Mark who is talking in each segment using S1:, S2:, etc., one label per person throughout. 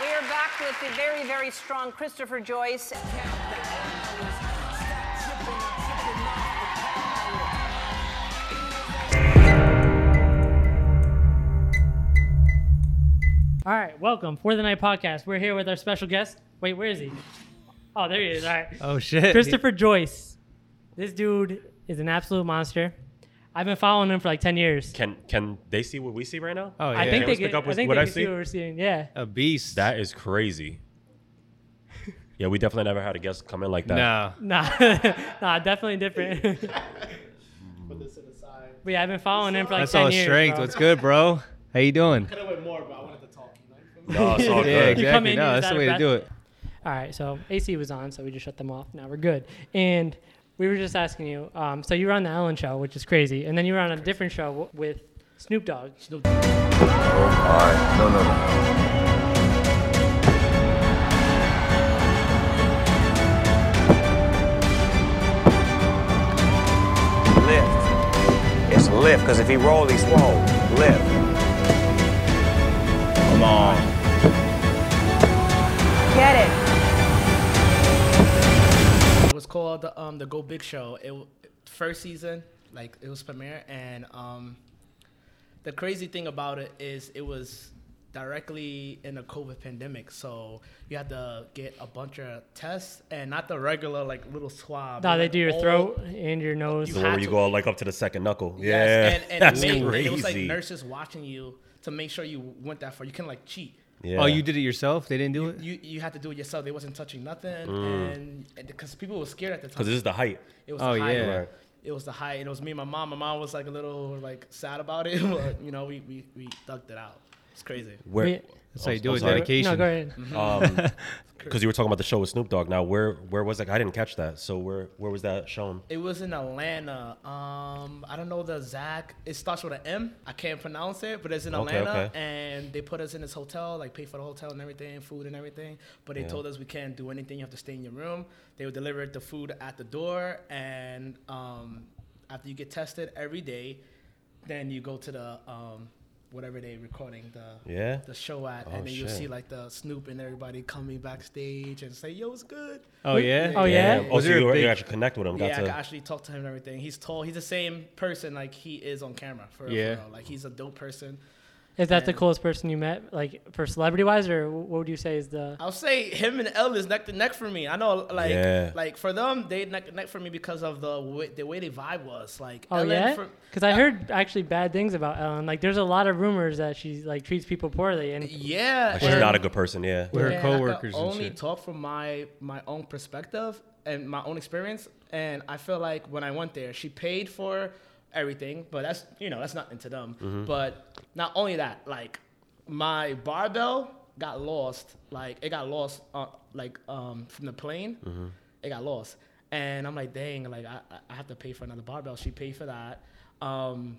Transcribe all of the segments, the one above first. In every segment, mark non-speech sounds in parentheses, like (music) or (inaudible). S1: we're back with the very, very strong Christopher Joyce.
S2: All right, welcome for the night podcast. We're here with our special guest. Wait, where is he? Oh, there he is. All right,
S3: Oh shit.
S2: Christopher Joyce. This dude is an absolute monster. I've been following him for like ten years.
S4: Can can they see what we see right now?
S3: Oh yeah.
S2: I think
S4: Cameras
S2: they
S4: pick
S2: get.
S4: up
S2: I
S4: with
S2: think
S4: what
S2: they
S4: I
S2: can see
S4: see?
S2: what we're seeing. Yeah.
S3: a beast.
S4: That
S3: (laughs)
S4: is crazy. yeah, we definitely never had a guest come in like that.
S3: no.
S2: Nah, (laughs) nah, definitely different. Put this to the side. But yeah, I've been following him for like
S3: That's
S2: ten
S3: all
S2: years.
S3: strength.
S2: bro.
S3: What's good, bro? How you doing?
S4: No, Oh, it's
S3: (laughs)
S4: all
S3: Yeah,
S4: good.
S2: You come
S3: exactly.
S2: in,
S3: No,
S2: you're
S3: that's
S2: out
S3: the
S2: of
S3: way to
S2: breath.
S3: do it.
S2: All right, so AC was on, so we just shut them off. Now we're good. And we were just asking you. Um, so you were on the Ellen show, which is crazy, and then you were on a different show w- with Snoop Dogg.
S5: Lift. It's lift, because if he roll, he swole. Lift. Come on.
S1: Get it.
S6: It was called um, the Go Big Show. It w- first season, like it was premiere, and um, the crazy thing about it is it was directly in the COVID pandemic, so you had to get a bunch of tests and not the regular like little swab.
S2: No, they
S6: It was, like,
S2: do your
S6: all-
S2: throat and your nose.
S4: The one where you go all like up to the second knuckle.
S6: Yes,
S4: Yeah,
S6: and,
S4: (laughs)
S6: and
S4: that's
S6: it, made-
S4: crazy.
S6: it was like nurses watching you to make sure you went that far. You can like cheat.
S4: yeah.
S3: Oh, you did it yourself? They didn't do it?
S6: You you had to do it yourself. They wasn't touching nothing, and because people were scared at the time.
S4: Mm. because this is the height.
S6: It was
S3: Oh,
S6: the high.
S3: yeah. Right.
S6: It was the high. and It was me and my mom. My mom was like a little like sad about it, (laughs) but you know we we we ducked it out. It's crazy.
S4: Where?
S2: Yeah.
S3: That's how you
S4: I'm
S3: do it.
S4: Oh, sorry.
S3: Dedication.
S2: No, go ahead.
S6: Mm-hmm.
S4: Because you were talking about the show with Snoop Dogg. Now, where where was that? I didn't catch that. So where where was that shown?
S6: It was in Atlanta. Um, I don't know the Zach. It starts with an M. I can't pronounce it, but it's in
S4: Okay,
S6: Atlanta.
S4: okay.
S6: And they put us in this hotel, like pay for the hotel and everything, food and everything. But they told us we can't do anything. You have to stay in your room. They would deliver the food at the door, and um, after you get tested every day, then you go to the um, whatever they recording the
S4: Yeah.
S6: the show at, and then you'll
S4: Oh, shit.
S6: see like the Snoop and everybody coming backstage and say, "Yo, it's good."
S3: Oh yeah?
S2: Oh, yeah?
S4: Oh,
S3: Was
S4: so
S3: there a
S4: you, were,
S3: big-
S4: you actually connect with him. Got
S6: yeah, I
S4: to,
S6: can actually talk to him and everything. He's tall. He's the same person like he is on camera. For,
S3: Yeah.
S6: yeah. for real. like he's a dope person.
S2: Is that the coolest person you met, like for celebrity wise, or wh- what would you say is the?
S6: I'll say him and L is neck to neck for me. I know, like,
S4: Yeah.
S6: like for them, they neck to neck for me because of the way, the way they vibe was. Like,
S2: Oh
S6: Ellen
S2: yeah,
S6: for-
S2: because I heard actually bad things about Ellen. Like, there's a lot of rumors that she like treats people poorly, and
S6: yeah,
S4: like, she's
S6: and-
S4: not a good person. Yeah.
S3: With her
S6: and
S3: coworkers
S6: I can
S3: and
S6: only
S3: shit.
S6: talk from my my own perspective and my own experience. And I feel like when I went there, she paid for everything, but that's you know that's nothing to them. But not only that, like my barbell got lost. Like it got lost. Uh, like um from the plane, it got lost. And I'm like, dang, like I, I- I have to pay for another barbell. She paid for that. Um,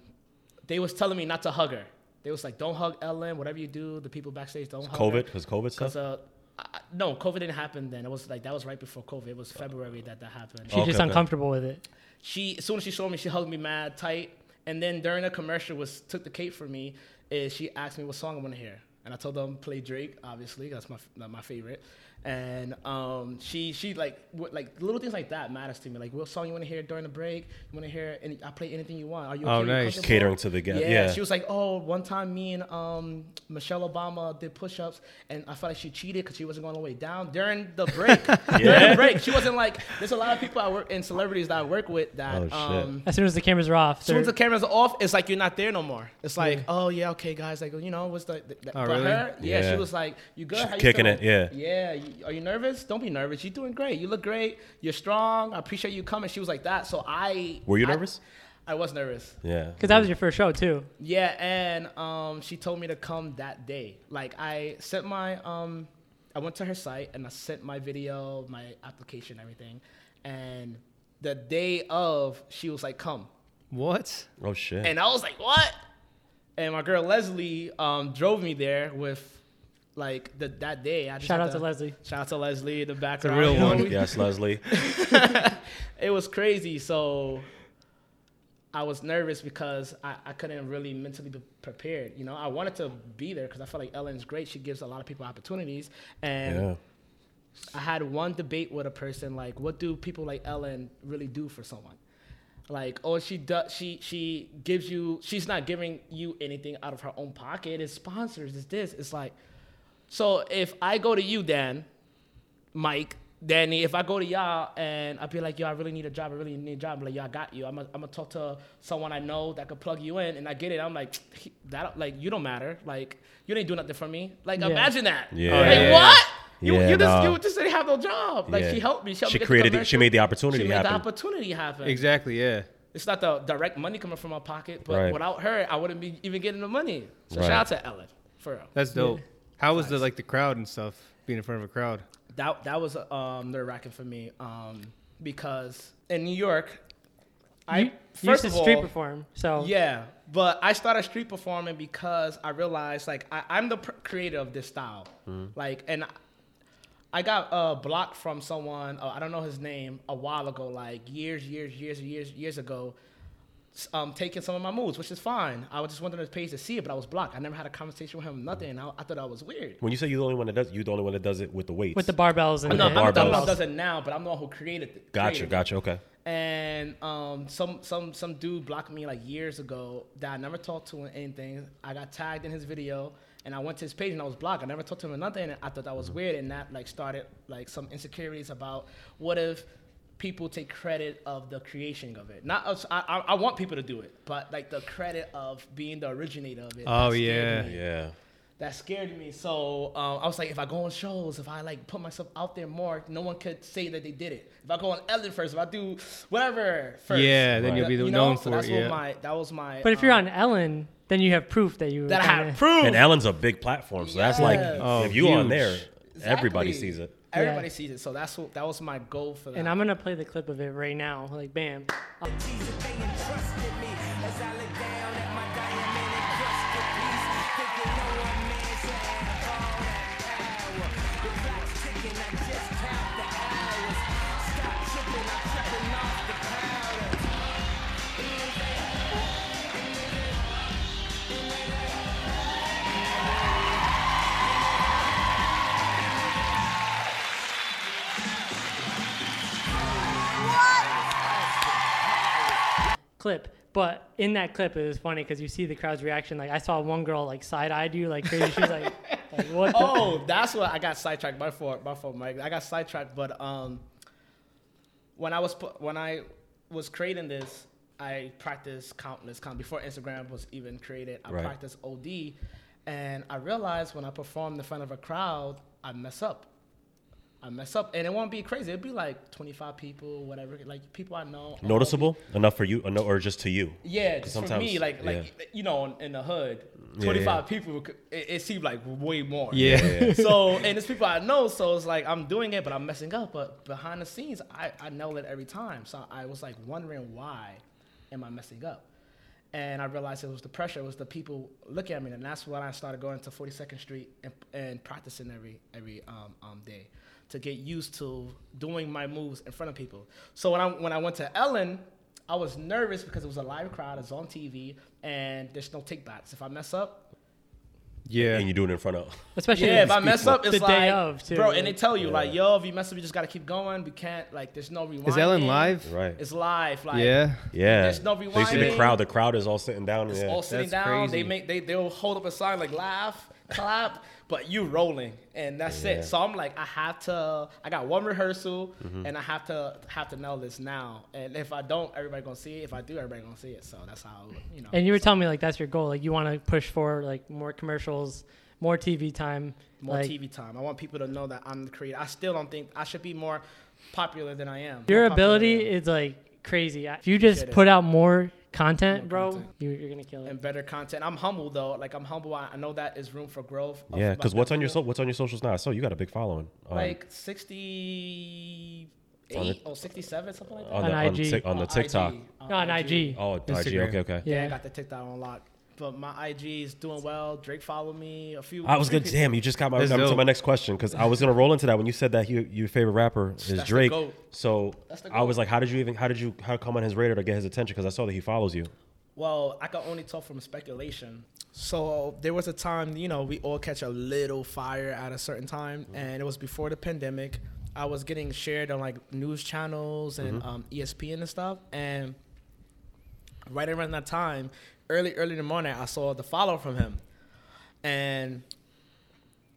S6: they was telling me not to hug her. They was like, don't hug Ellen. Whatever you do, the people backstage don't hug her.
S4: COVID. Was COVID stuff?
S6: Because uh, I- I- no, COVID didn't happen then. It was like that was right before COVID. It was February that that happened.
S3: Oh.
S2: she's
S4: Okay,
S2: just
S4: okay.
S2: uncomfortable with it.
S6: She as soon as she saw me, she hugged me mad tight. And then during the commercial, was took the cape from me. Is she asked me what song I want to hear, and I told them play Drake. Obviously, that's my f- not my favorite. And um, she she like what, like little things like that matters to me. Like what song you want to hear during the break? You want to hear? And I play anything you want. Are you okay?
S3: Oh,
S6: You
S3: nice.
S6: comfortable?
S4: Catering to the guest.
S6: Yeah,
S4: Yeah.
S6: she was like, "Oh, one time me and um, Michelle Obama did push-ups, and I felt like she cheated because she wasn't going all the way down during
S4: (laughs)
S6: the break. During the break, she wasn't like. There's a lot of people I work and celebrities that I work with that.
S4: Oh, shit.
S6: um,
S2: As soon as the cameras are off,
S6: as soon as the
S2: they're-
S6: cameras are off, it's like you're not there no more. It's like, oh yeah, okay, guys, like you know, what's the, the, the
S3: Oh,
S6: but
S3: really?
S6: her? Yeah,
S4: Yeah.
S6: she was like, you good?
S4: She's
S6: How you
S4: kicking
S6: feeling?"
S4: it, yeah.
S6: yeah. you- are you nervous? Don't be nervous. You're doing great. You look great. You're strong. I appreciate you coming. She was like that. So I
S4: Were you
S6: I-
S4: nervous?
S6: I was nervous.
S4: yeah.
S2: because that was your first show too.
S6: Yeah, and um, she told me to come that day. Like I sent my um, I went to her site and I sent my video, my application, everything. And the day of, she was like, "Come,"
S3: What?
S4: Oh shit.
S6: and I was like, "What?" And my girl Leslie um, drove me there with. Like the, that day, I just
S2: Shout
S6: had
S2: out to Leslie.
S6: Shout out to Leslie, the background.
S3: real
S6: (laughs) you know,
S3: one.
S6: we-
S4: yes, Leslie.
S6: it was crazy. So I was nervous because I, I couldn't really mentally be prepared. You know, I wanted to be there because I felt like Ellen's great. She gives a lot of people opportunities, and
S4: Yeah.
S6: I had one debate with a person like, what do people like Ellen really do for someone? Like, oh, she does. She she gives you. She's not giving you anything out of her own pocket. It's sponsors. It's this. It's like, so if I go to you, Dan, Mike, Danny, if I go to y'all and I be like, yo, I really need a job. I really need a job. I'm like, yo, I got you. I'm gonna I'm gonna talk to someone I know that could plug you in, and I get it. I'm like, that like you don't matter. Like you didn't do nothing for me. Like
S2: Yeah.
S6: imagine that.
S4: Yeah.
S6: Like
S4: Yeah.
S6: what? You,
S4: Yeah,
S6: you
S4: nah.
S6: just you just didn't have no job. Like
S4: Yeah.
S6: she helped me. She, helped
S4: She
S6: me get the
S4: created it- she
S6: commercial.
S4: made the opportunity
S6: She made
S4: happen.
S6: the opportunity happen.
S3: Exactly. Yeah.
S6: It's not the direct money coming from my pocket, but
S4: Right.
S6: without her, I wouldn't be even getting the money. So
S4: Right.
S6: shout out to Ellen for real.
S3: That's dope. How was the like the crowd and stuff? Being in front of a crowd.
S6: that that was um, nerve wracking for me um, because in New York, I
S2: you, you used
S6: first
S2: to
S6: of all,
S2: street perform, so
S6: yeah, but I started street performing because I realized like I, I'm the pr- creator of this style, like and. I, I got a block from someone uh, I don't know his name a while ago, like years, years, years, years, years ago. s- Um, taking some of my moves, which is fine. I was just wanted his page to see it, but I was blocked. I never had a conversation with him, nothing. I, I thought that was weird.
S4: When you say you're the only one that does, you're the only one that does it with the weights.
S2: with the barbells and
S4: With
S6: No,
S4: the
S6: I'm not the one
S4: barbells.
S6: who does it now, but I'm the one who created it.
S4: Gotcha,
S6: created it.
S4: gotcha. Okay.
S6: And um, some some some dude blocked me like years ago that I never talked to or anything. I got tagged in his video, and I went to his page and I was blocked. I never talked to him or nothing. And I thought that was
S3: Mm-hmm.
S6: weird, and that like started like some insecurities about what if people take credit of the creation of it. Not us. I, I, I want people to do it, but like the credit of being the originator of it.
S3: Oh,
S6: that scared
S3: yeah.
S6: me
S4: Yeah.
S6: that scared me. So um, I was like, if I go on shows, if I like put myself out there more, no one could say that they did it. If I go on Ellen first, if I do whatever first,
S3: Yeah, then you'll be
S6: you
S3: the-
S6: know?
S3: known
S6: so
S3: for
S6: that's
S3: it,
S6: what
S3: yeah.
S6: My, that was my.
S2: But if you're
S6: um,
S2: on Ellen, then you have proof that you
S6: that I
S2: kinda-
S6: have proof,
S4: And
S3: e-
S4: Ellen's a big platform, so that's like
S6: Yes.
S3: Oh,
S4: if you on
S3: huge.
S4: there,
S6: Exactly.
S4: everybody sees it.
S6: Everybody
S2: Yeah.
S6: sees it. So that's what that was my goal for that.
S2: And I'm gonna play the clip of it right now, like bam. clip. But in that clip, it was funny because you see the crowd's reaction. Like I saw one girl like side eyed you like crazy. She was
S6: (laughs)
S2: like, like what? The?
S4: (laughs)
S6: oh, that's what I got sidetracked. My fault, my fault, Mike. I got sidetracked, but um, when I was pu- when I was creating this, I practiced countless count before Instagram was even created. I
S4: Right.
S6: practiced OD, and I realized when I performed in front of a crowd, I mess up. I mess up, and it won't be crazy. It'd be like 25 people, whatever, like people I know. Um,
S4: Noticeable enough for you, or, no, or just to you?
S6: Yeah,
S4: 'Cause
S6: just for me, like like you know, in- in the hood, 25
S4: yeah.
S6: people, could- it, it seemed like way more
S3: Yeah.
S6: so and it's people I know, so it's like I'm doing it, but I'm messing up. But behind the scenes, I, I nail it every time. So I was like wondering why am I messing up? And I realized it was the pressure, it was the people looking at me, and that's when I started going to 42nd Street and, and practicing every every um, um, day to get used to doing my moves in front of people. So when I when I went to Ellen, I was nervous because it was a live crowd, it's on TV, and there's no take backs. If I mess up,
S3: Yeah.
S4: And you do it in front of.
S2: Especially
S6: yeah,
S2: in
S6: if I
S2: the-
S6: mess up, it's
S2: The
S6: like,
S2: day of, too,
S6: bro,
S2: like-
S6: and they tell you like,
S4: Yeah.
S6: yo, if you mess up, you just gotta keep going. We can't like, there's no rewind.
S3: Is Ellen live?
S4: Right.
S6: It's live. Like,
S3: Yeah.
S4: Yeah.
S6: There's no
S4: So you see the
S6: rewinding.
S4: crowd. The crowd is all sitting down.
S6: It's
S4: yeah.
S6: all sitting
S3: that's
S6: down. They
S3: crazy.
S6: make they they'll hold up a sign like laugh, clap, but you rolling, and that's
S4: Yeah.
S6: it. So I'm like, I have to. I got one rehearsal,
S3: Mm-hmm.
S6: and I have to have to nail this now. And if I don't, everybody gonna see it. If I do, everybody gonna see it. So that's how you know.
S2: And you were telling me like that's your goal. Like you want to push for like more commercials, more TV time.
S6: more
S2: like,
S6: TV time. I want people to know that I'm the creator. I still don't think I should be more popular than I am.
S2: Your
S6: More popular
S2: ability
S6: than-
S2: is like crazy. If you just
S6: Appreciate it.
S2: put out more content, bro,
S6: content.
S2: You, you're gonna kill it.
S6: and better content. I'm humble though. Like I'm humble. I, I know that is room for growth. of
S4: Yeah,
S6: my
S4: because what's on your so,
S6: people.
S4: what's on your socials now? So you got a big following. Um,
S6: Like 68 or 67, something like that.
S4: on,
S2: On
S4: the,
S2: IG.
S4: On, Tik- on the
S6: IG,
S4: TikTok.
S6: on
S2: No, on IG.
S4: Oh,
S3: Instagram.
S4: IG. Okay, okay.
S6: Uh, Yeah,
S2: Yeah.
S6: I got the TikTok unlocked. But my IG is doing well. Drake followed me. A few.
S4: I was gonna.
S6: few
S4: Damn, you just got my
S3: That's
S4: number to
S3: dope.
S4: my next question because I was gonna roll into that when you said that you, your favorite rapper is
S6: the
S4: Drake.
S6: goat.
S4: So
S6: That's the
S4: I was
S6: goat.
S4: like, how did you even? How did you? How come on his radar to get his attention? Because I saw that he follows you.
S6: Well, I can only talk from speculation. So there was a time, you know, we all catch a little fire at a certain time, and it was before the pandemic. I was getting shared on like news channels and um, ESPN and stuff, and right around that time, early early in the morning, I saw the follow from him, and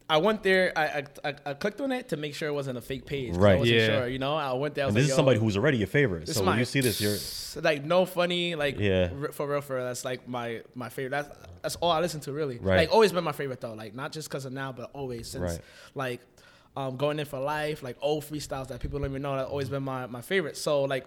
S6: I went there. I I, I, I clicked on it to make sure it wasn't a fake page. 'cause I
S4: Right.
S6: wasn't
S3: Yeah.
S6: sure. You know, I went there. I
S4: And
S6: was
S4: this
S6: like,
S4: is somebody
S6: "Yo,
S4: who's already your favorite.
S6: this
S4: So
S6: is
S4: when
S6: my-
S4: you see this, you're
S6: like no funny like
S4: Yeah.
S6: r- for real for real. That's like my my favorite. That's that's all I listen to really.
S4: Right.
S6: Like always been my favorite though. Like not just because of now, but always since
S4: Right.
S6: like um going in for life. Like old freestyles that people don't even know. That always been my my favorite. So like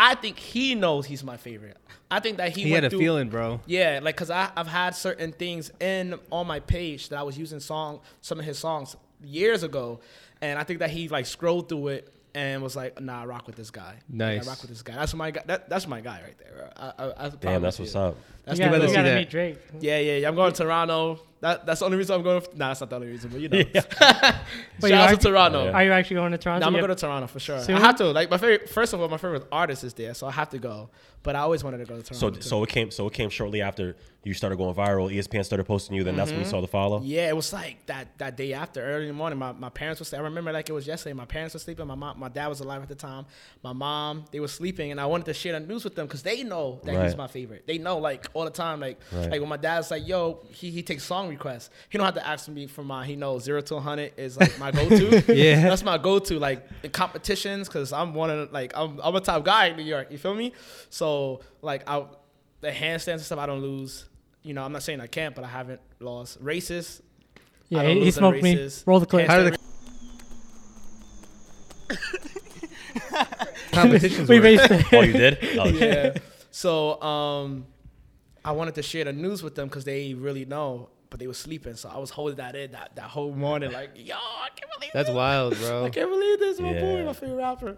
S6: I think he knows he's my favorite. I think that he,
S3: He had
S6: went
S3: a
S6: through-
S3: feeling, bro.
S6: yeah, like cause I I've had certain things in on my page that I was using song some of his songs years ago, and I think that he like scrolled through it and was like, nah, I rock with this guy. Like,
S3: Nice.
S6: I rock with this guy. That's my guy. That, that's my guy right there. bro. I, I, I
S4: damn, that's what's up.
S6: That's
S2: you
S6: the
S2: gotta,
S3: gotta
S2: you
S3: see
S2: gotta
S3: that.
S2: meet Drake.
S6: yeah, yeah, yeah. I'm going to Toronto. That, that's the only reason I'm going. Nah, that's not the only reason, but
S4: (laughs)
S6: you know. (laughs)
S2: Wait,
S6: Shout out
S2: you
S6: to
S2: are-
S6: Toronto.
S4: Yeah.
S2: Are you Oh, actually going to Toronto?
S6: No, I'm
S2: You
S6: gonna go
S2: have-
S6: to Toronto for sure.
S2: Soon?
S6: I have to. Like my favorite. First of all, my favorite artist is there, so I have to go. But I always wanted to go to Toronto.
S4: So
S6: too.
S4: so it came so it came shortly after you started going viral. E ESPN started posting you. Then that's when you saw the follow.
S6: Mm-hmm. Yeah, it was like that that day after, early in the morning. My, my parents were sleeping. I remember like it was yesterday. My parents were sleeping. My mom, my dad was alive at the time. My mom, they were sleeping, and I wanted to share the news with them because they know that he's
S4: Right.
S6: my favorite. They know like all the time, like
S4: Right.
S6: like when my dad's like, "Yo," he, he takes song requests. He don't have to ask me for my. He knows zero to hundred is like
S4: (laughs)
S6: my go to.
S3: Yeah.
S6: (laughs) that's my go to like in competitions because I'm one of the- like I'm I'm a top guy in New York. You feel me? So like I the handstands and stuff I don't lose. You know, I'm not saying I can't, but I haven't lost. Racist, I
S2: Yeah,
S6: don't
S2: he, he
S6: lose in
S2: smoked me.
S6: races.
S2: Roll the clip.
S6: How
S3: How do the (laughs)
S2: (laughs)
S3: competitions
S2: we
S3: work?
S2: based
S4: Oh, you
S6: (laughs)
S4: did? Oh, yeah.
S6: yeah.
S2: (laughs)
S6: So um, I wanted to share the news with them because they really know, but they were sleeping. So I was holding that in that, that whole morning, like, yo, I can't believe
S3: That's
S6: this.
S3: wild,
S6: I
S3: bro.
S6: can't believe this. My boy,
S4: Yeah.
S6: my favorite rapper.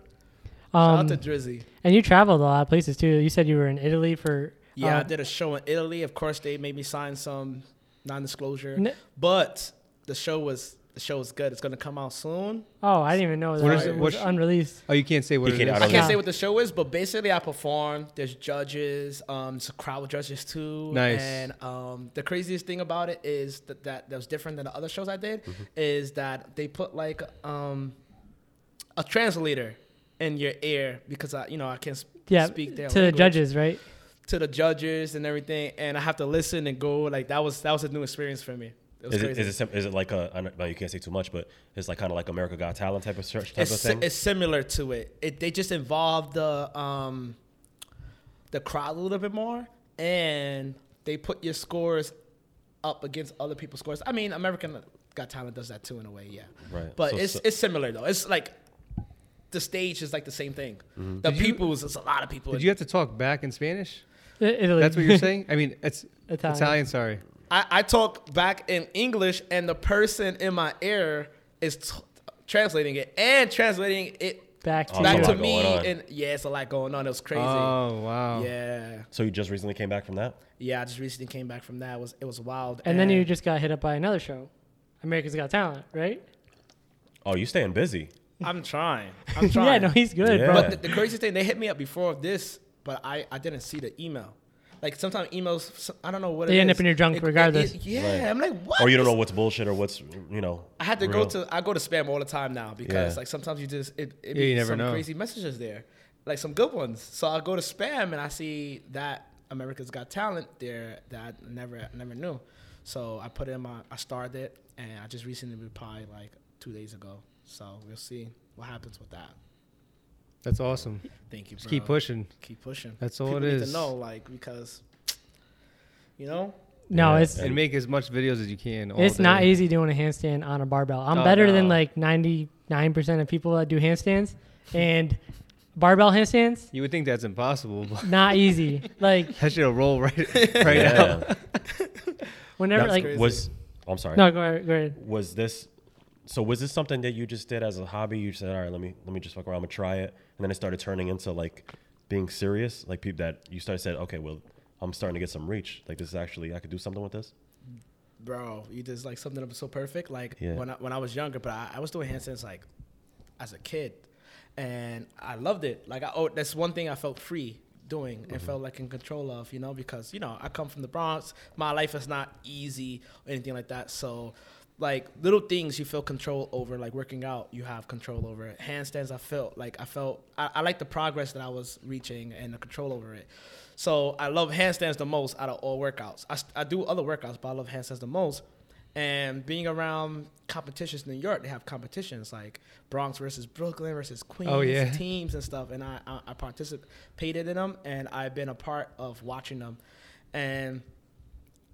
S6: Shout
S2: um,
S6: out to Drizzy.
S2: and you traveled a lot of places too. You said you were in Italy for.
S6: Yeah, I
S2: um,
S6: did a show in Italy. Of course, they made me sign some non-disclosure,
S2: N-
S6: but the show was the show was good. It's gonna come out soon.
S2: Oh, I didn't even know that
S3: What
S2: it was,
S3: is it- what sh-
S2: unreleased.
S3: Oh, you can't say what
S4: He
S3: it
S4: can't-
S3: is.
S4: I
S6: I
S4: don't
S6: can't
S2: know.
S6: say what the show is, but basically I perform. There's judges, um, it's crowd judges too.
S3: Nice.
S6: And um, the craziest thing about it is that that, that was different than the other shows I did is that they put like um, a translator in your ear because I you know I can't sp-
S2: Yeah,
S6: speak their
S2: to the
S6: language.
S2: judges, right?
S6: to the judges and everything, and I have to listen and go like that was that was a new experience for me. It was
S4: Is it,
S6: crazy.
S4: is it sim- is it like a I know- well, you can't say too much, but it's like kind of like America Got Talent type of search type
S6: it's,
S4: of
S6: si-
S4: thing.
S6: it's similar to it. it. They just involve the um, the crowd a little bit more, and they put your scores up against other people's scores. I mean, American Got Talent does that too in a way, yeah.
S4: Right.
S6: But
S4: So-
S6: it's
S4: so-
S6: it's similar though. It's like the stage is like the same thing.
S4: Mm-hmm.
S6: The people is it's a lot of people.
S3: Did you have to talk back in Spanish?
S2: I- Italy.
S3: That's what you're saying? I mean, it's
S2: Italian.
S3: Italian. sorry.
S6: I, I talk back in English, and the person in my ear is t- translating it and translating it.
S2: (laughs) Back to
S4: Oh,
S6: Back
S4: it's a
S6: to
S4: lot
S6: me,
S4: going on.
S6: and yeah, it's a lot going on. It was crazy.
S3: Oh, wow.
S6: Yeah,
S4: so you just recently came back from that.
S6: yeah. I just recently came back from that. It was it was wild.
S2: and then you just got hit up by another show, America's Got Talent, right?
S4: Oh, you staying busy?
S6: I'm trying. I'm trying.
S2: Yeah, no, he's good,
S4: Yeah.
S2: bro.
S6: But the, the crazy thing, they hit me up before of this, but I, I didn't see the email. Like sometimes emails, s- I don't know what
S2: They
S6: it
S2: end
S6: is.
S2: up in your junk
S6: It- it-
S2: regardless.
S6: it- yeah, I'm like what?
S4: Or Oh, you don't
S6: This-
S4: know what's bullshit or what's you know.
S6: I had to
S4: real.
S6: go to I go to spam all the time now because
S4: Yeah.
S6: like sometimes you just it, it
S3: Yeah, you
S6: be
S3: never
S6: some
S3: know.
S6: crazy messages there, like some good ones. So I go to spam and I see that America's Got Talent there that I never never knew. So I put in my I started it and I just recently replied like two days ago. So we'll see what happens with that.
S3: That's awesome.
S6: Thank you. Bro.
S3: Just keep pushing.
S6: Keep pushing.
S3: That's all
S6: People
S3: it
S6: need
S3: is.
S6: To know like because you know
S2: no,
S4: Yeah,
S2: it's
S4: and
S3: And make as much videos as you can. all
S2: it's not
S3: day.
S2: easy doing a handstand on a barbell. I'm
S3: Oh,
S2: better than
S3: no.
S2: like 99% of people that do handstands, and barbell handstands
S3: You would think that's impossible, (laughs) but
S2: not easy. like
S3: that shit'll roll right right out.
S6: (laughs)
S4: Yeah.
S2: whenever
S4: Now,
S2: like
S4: was oh, I'm sorry.
S2: no, go ahead, go ahead.
S4: Was this so? Was this something that you just did as a hobby? You said, all right, let me let me just fuck around, I'm gonna try it, and then it started turning into like being serious. Like people that you started said, okay, well, I'm starting to get some reach. Like this is actually I could do something with this.
S6: bro, you just like something up so perfect. Like
S4: Yeah.
S6: when I, when I was younger, but I, I was doing handstands like as a kid, and I loved it. Like I oh, that's one thing I felt free doing and felt like in control of, you know, because you know I come from the Bronx. My life is not easy or anything like that. So. Like little things you feel control over, like working out, you have control over it. Handstands, I felt like I felt I, I like the progress that I was reaching and the control over it. So I love handstands the most out of all workouts. I, st- I do other workouts, but I love handstands the most. And being around competitions in New York, they have competitions like Bronx versus Brooklyn versus Queens
S3: yeah.
S6: teams and stuff. And I, I, I participated in them and I've been a part of watching them. And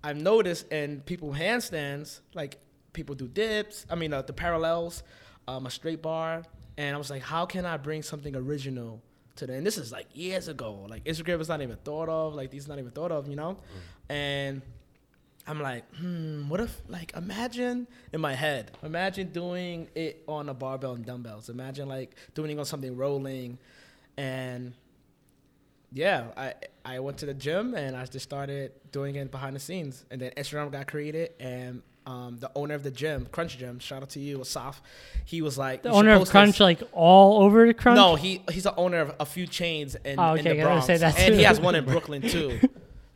S6: I've noticed in people handstands, like people do dips. I mean, uh, the parallels, um, a straight bar, and I was like, how can I bring something original to the? And this is like years ago. Like Instagram was not even thought of. Like these not even thought of. You know, and I'm like, hmm, what if, like, imagine in my head, imagine doing it on a barbell and dumbbells. Imagine, like, doing it on something rolling. And yeah, I, I went to the gym and I just started doing it behind the scenes. And then Instagram got created, and um, the owner of the gym, Crunch Gym, shout out to you, Asaf, he was like,
S2: The
S6: "You should
S2: owner of
S6: post
S2: Crunch,
S6: this."
S2: like all over Crunch.
S6: No, he he's the owner of a few chains in,
S2: Oh,
S6: in
S2: okay, I
S6: the
S2: gotta
S6: Bronx,
S2: say that
S6: and
S2: too.
S6: he has one
S2: (laughs)
S6: in Brooklyn too.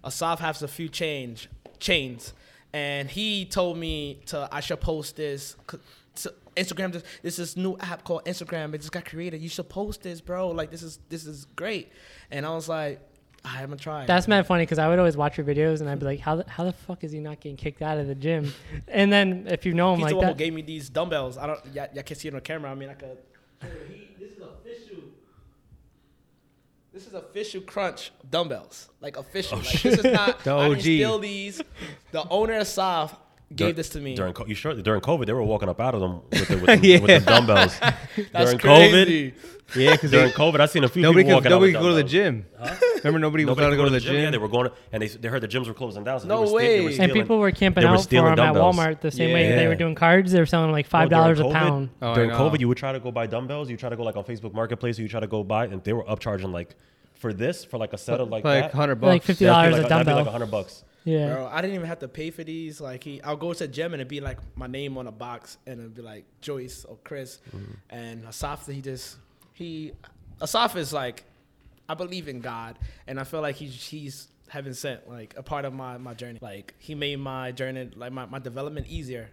S6: Asaf has a few change chains, and he told me to I should post this. c- to Instagram, this, this is new app called Instagram. It just got created. You should post this, bro. Like this is this is great. And I was like, I haven't tried.
S2: That's mad funny because I would always watch your videos and I'd be like, how the, how the fuck is he not getting kicked out of the gym? And then if you know him
S6: He's the
S2: like
S6: one
S2: that,
S6: who gave me these dumbbells. I don't. Y'all, y'all can see it on camera. I mean, I could. this is official. This is official crunch dumbbells, like official.
S2: Oh,
S6: like, this is not.
S3: The
S6: I didn't
S3: OG.
S6: steal these. The owner of Saf gave
S4: Dur-
S6: this to me.
S4: during co- you sure during COVID. They were walking up out of them with the,
S3: (laughs)
S4: with the,
S3: Yeah.
S4: with the
S6: (laughs)
S4: dumbbells. during
S3: crazy.
S4: COVID, yeah, because during COVID, I seen a few
S3: Nobody
S4: people
S3: could,
S4: walking out
S3: nobody
S4: with
S3: could go to the
S4: dumbbells.
S3: gym. Remember, nobody, was
S4: Nobody
S3: allowed
S4: could
S3: to go to the gym.
S4: Yeah, they were going, and they, they heard the gyms were closing down. So
S6: No
S4: they were stealing- they were
S6: way.
S2: and
S4: stealing-
S2: people were camping
S4: they were
S2: out for
S4: stealing
S2: him at
S4: dumbbells.
S2: Walmart the same way that they were
S4: Yeah.
S2: doing cards. They were selling like
S4: Well,
S2: five
S4: during
S2: dollars a
S4: COVID-
S2: pound.
S3: Oh, I
S4: during
S3: know.
S4: COVID, you would try to go buy dumbbells. You try to go like on Facebook Marketplace. You try to go buy, and they were upcharging like for this for like a set of like,
S3: like
S4: that.
S3: hundred bucks.
S2: Like fifty dollars a
S4: that'd be like- that'd be like
S2: dumbbell.
S4: hundred bucks.
S2: Yeah.
S6: Bro, I didn't even have to pay for these. Like he, I'll go to the gym and it'd be like my name on a box, and it'd be like Joyce or Chris,
S3: Mm-hmm.
S6: and Asaf. He just he, Asaf is like, I believe in God, and I feel like he's he's heaven sent, like a part of my my journey. Like he made my journey, like my, my development easier.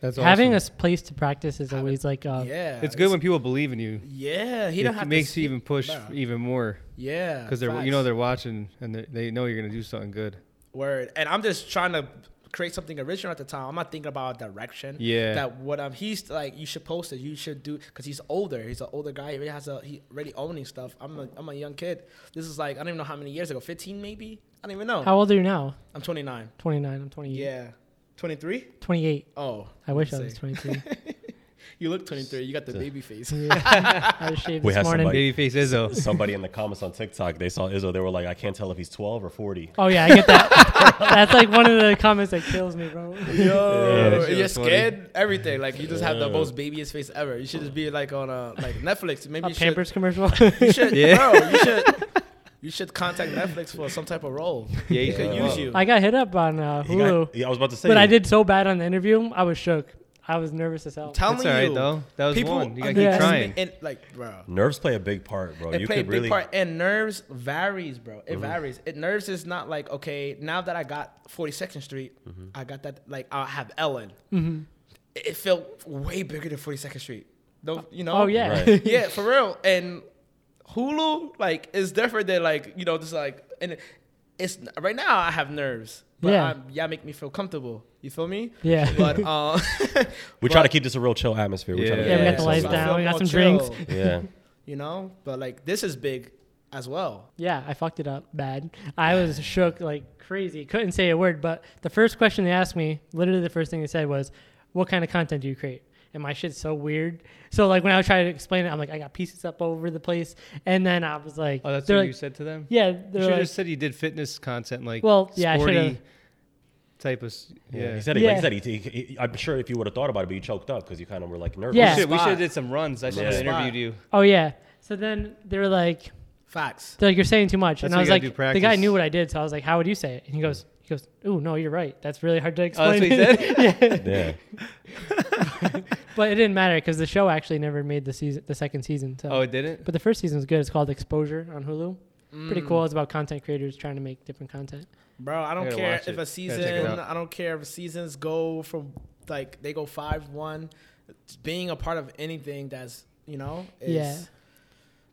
S3: That's
S2: Having a
S3: awesome.
S2: s- place to practice is always like uh,
S6: yeah,
S3: It's good when people believe in you.
S6: Yeah, he don't
S3: It
S6: have
S3: makes
S6: to,
S3: you even push
S6: Bro.
S3: even more
S6: Yeah,
S3: because they're you
S6: facts.
S3: know they're watching and they they know you're gonna do something good.
S6: Word. And I'm just trying to create something original at the time. I'm not thinking about a direction.
S3: Yeah.
S6: That what I'm. He's like, you should post it. You should do because he's older. He's an older guy. He already has a. He already owning stuff. I'm a. I'm a young kid. This is like I don't even know how many years ago. 15 maybe. I don't even know.
S2: How old are you now?
S6: I'm 29.
S2: Twenty nine. I'm twenty eight.
S6: Yeah. 23.
S2: Twenty eight.
S6: Oh.
S2: I wish I
S6: let's
S2: was
S6: see.
S2: twenty two.
S6: (laughs) You look 23. You got the
S3: (laughs)
S6: baby face.
S2: I was shaved
S4: We
S2: this
S4: had
S2: morning.
S4: somebody-
S3: Babyface Izzo.
S4: Somebody in the comments on TikTok, they saw Izzo. They were like, I can't tell if he's twelve or forty.
S2: Oh yeah, I get that.
S4: (laughs)
S2: That's like one of the comments that kills me, bro.
S6: Yo,
S3: that shit
S6: you're
S3: was funny.
S6: scared. Everything like you just have the most babyest face ever. You should just be like on a like Netflix. Maybe
S2: A
S6: you should
S2: Pampers
S6: (laughs)
S2: commercial.
S6: You should,
S3: Yeah.
S6: bro. You should, you should contact Netflix for some type of role.
S3: Yeah, you
S6: They could
S3: should
S6: use you.
S2: I got hit up on uh,
S4: He got-
S2: Hulu,
S4: yeah, I was about to say,
S2: but I
S4: you-
S2: did so bad on the interview, I was shook. I was nervous as hell.
S6: Telling
S3: That's all right
S6: you,
S3: though. That was
S6: people
S3: one. You gotta
S2: Yeah.
S3: keep trying.
S6: And like, bro,
S4: Nerves play a big part, bro.
S6: it
S4: you
S6: play a
S4: could
S6: big
S4: really Mm-hmm.
S6: part. And nerves varies, bro. It varies. It nerves is not like okay. Now that I got 42nd Street,
S4: Mm-hmm.
S6: I got that. Like I have Ellen.
S2: Mm-hmm.
S6: It it felt way bigger than 42nd Street. Don't you know?
S2: Oh yeah.
S4: Right.
S6: (laughs) yeah, for real. And Hulu like is different than like you know just like and it's right now I have nerves, but
S2: Yeah.
S6: I'm, y'all make me feel comfortable. You feel me?
S2: Yeah.
S6: But um,
S4: (laughs)
S6: (laughs)
S4: We try to keep this a real chill atmosphere. We try to
S3: Yeah.
S2: Yeah, we got
S4: keep
S2: the
S4: it
S2: lights
S4: so-
S2: down. We got some drinks.
S4: Yeah.
S6: You know, but like this is big as well.
S2: (laughs) Yeah, I fucked it up bad. I was shook like crazy. Couldn't say a word, but the first question they asked me, literally the first thing they said was, What kind of content do you create? And my shit's so weird. So like when I was trying to explain it, I'm like, I got pieces up over the place. And then I was like,
S3: Oh, that's
S2: they're
S3: what
S2: like-
S3: you said to them.
S2: Yeah,
S3: You
S2: they're
S3: should
S2: like,
S3: have just said you did fitness content like
S2: Well, yeah, I
S3: sporty
S2: should've.
S3: type of s-
S4: Yeah.
S3: yeah.
S4: He said, it, like
S2: Yeah.
S4: he said, he, he- he- I'm sure if you would have thought about it, but you choked up because you kind of were like nervous.
S2: Yeah.
S3: Shit, we should
S6: Spot.
S3: have did some runs. I should have
S4: Yeah.
S3: interviewed you.
S2: Oh yeah. So then they were like,
S6: Facts.
S2: They're like, "You're saying too much," and
S3: That's
S2: I
S3: what
S2: was
S3: you
S2: like,
S3: gotta do,
S2: "The guy
S3: practice.
S2: knew what I did," so I was like, "How would you say it?" And he goes, "He goes, ooh, no, you're right. That's really hard to
S3: Oh,
S2: explain."
S3: that's what he said.
S4: Yeah.
S2: but it didn't matter because the show actually never made the season, the second season. So,
S3: oh, it
S2: (laughs)
S3: didn't.
S2: but the first season was good. It's called Exposure on Hulu. Pretty
S6: Mm.
S2: cool. It's about content creators trying to make different content.
S6: Bro, I don't
S3: gotta
S6: care
S3: watch it.
S6: if a
S3: Gotta check it
S6: season,
S3: out.
S6: I don't care if seasons go from like they go five one. Being a part of anything that's you know is
S2: Yeah.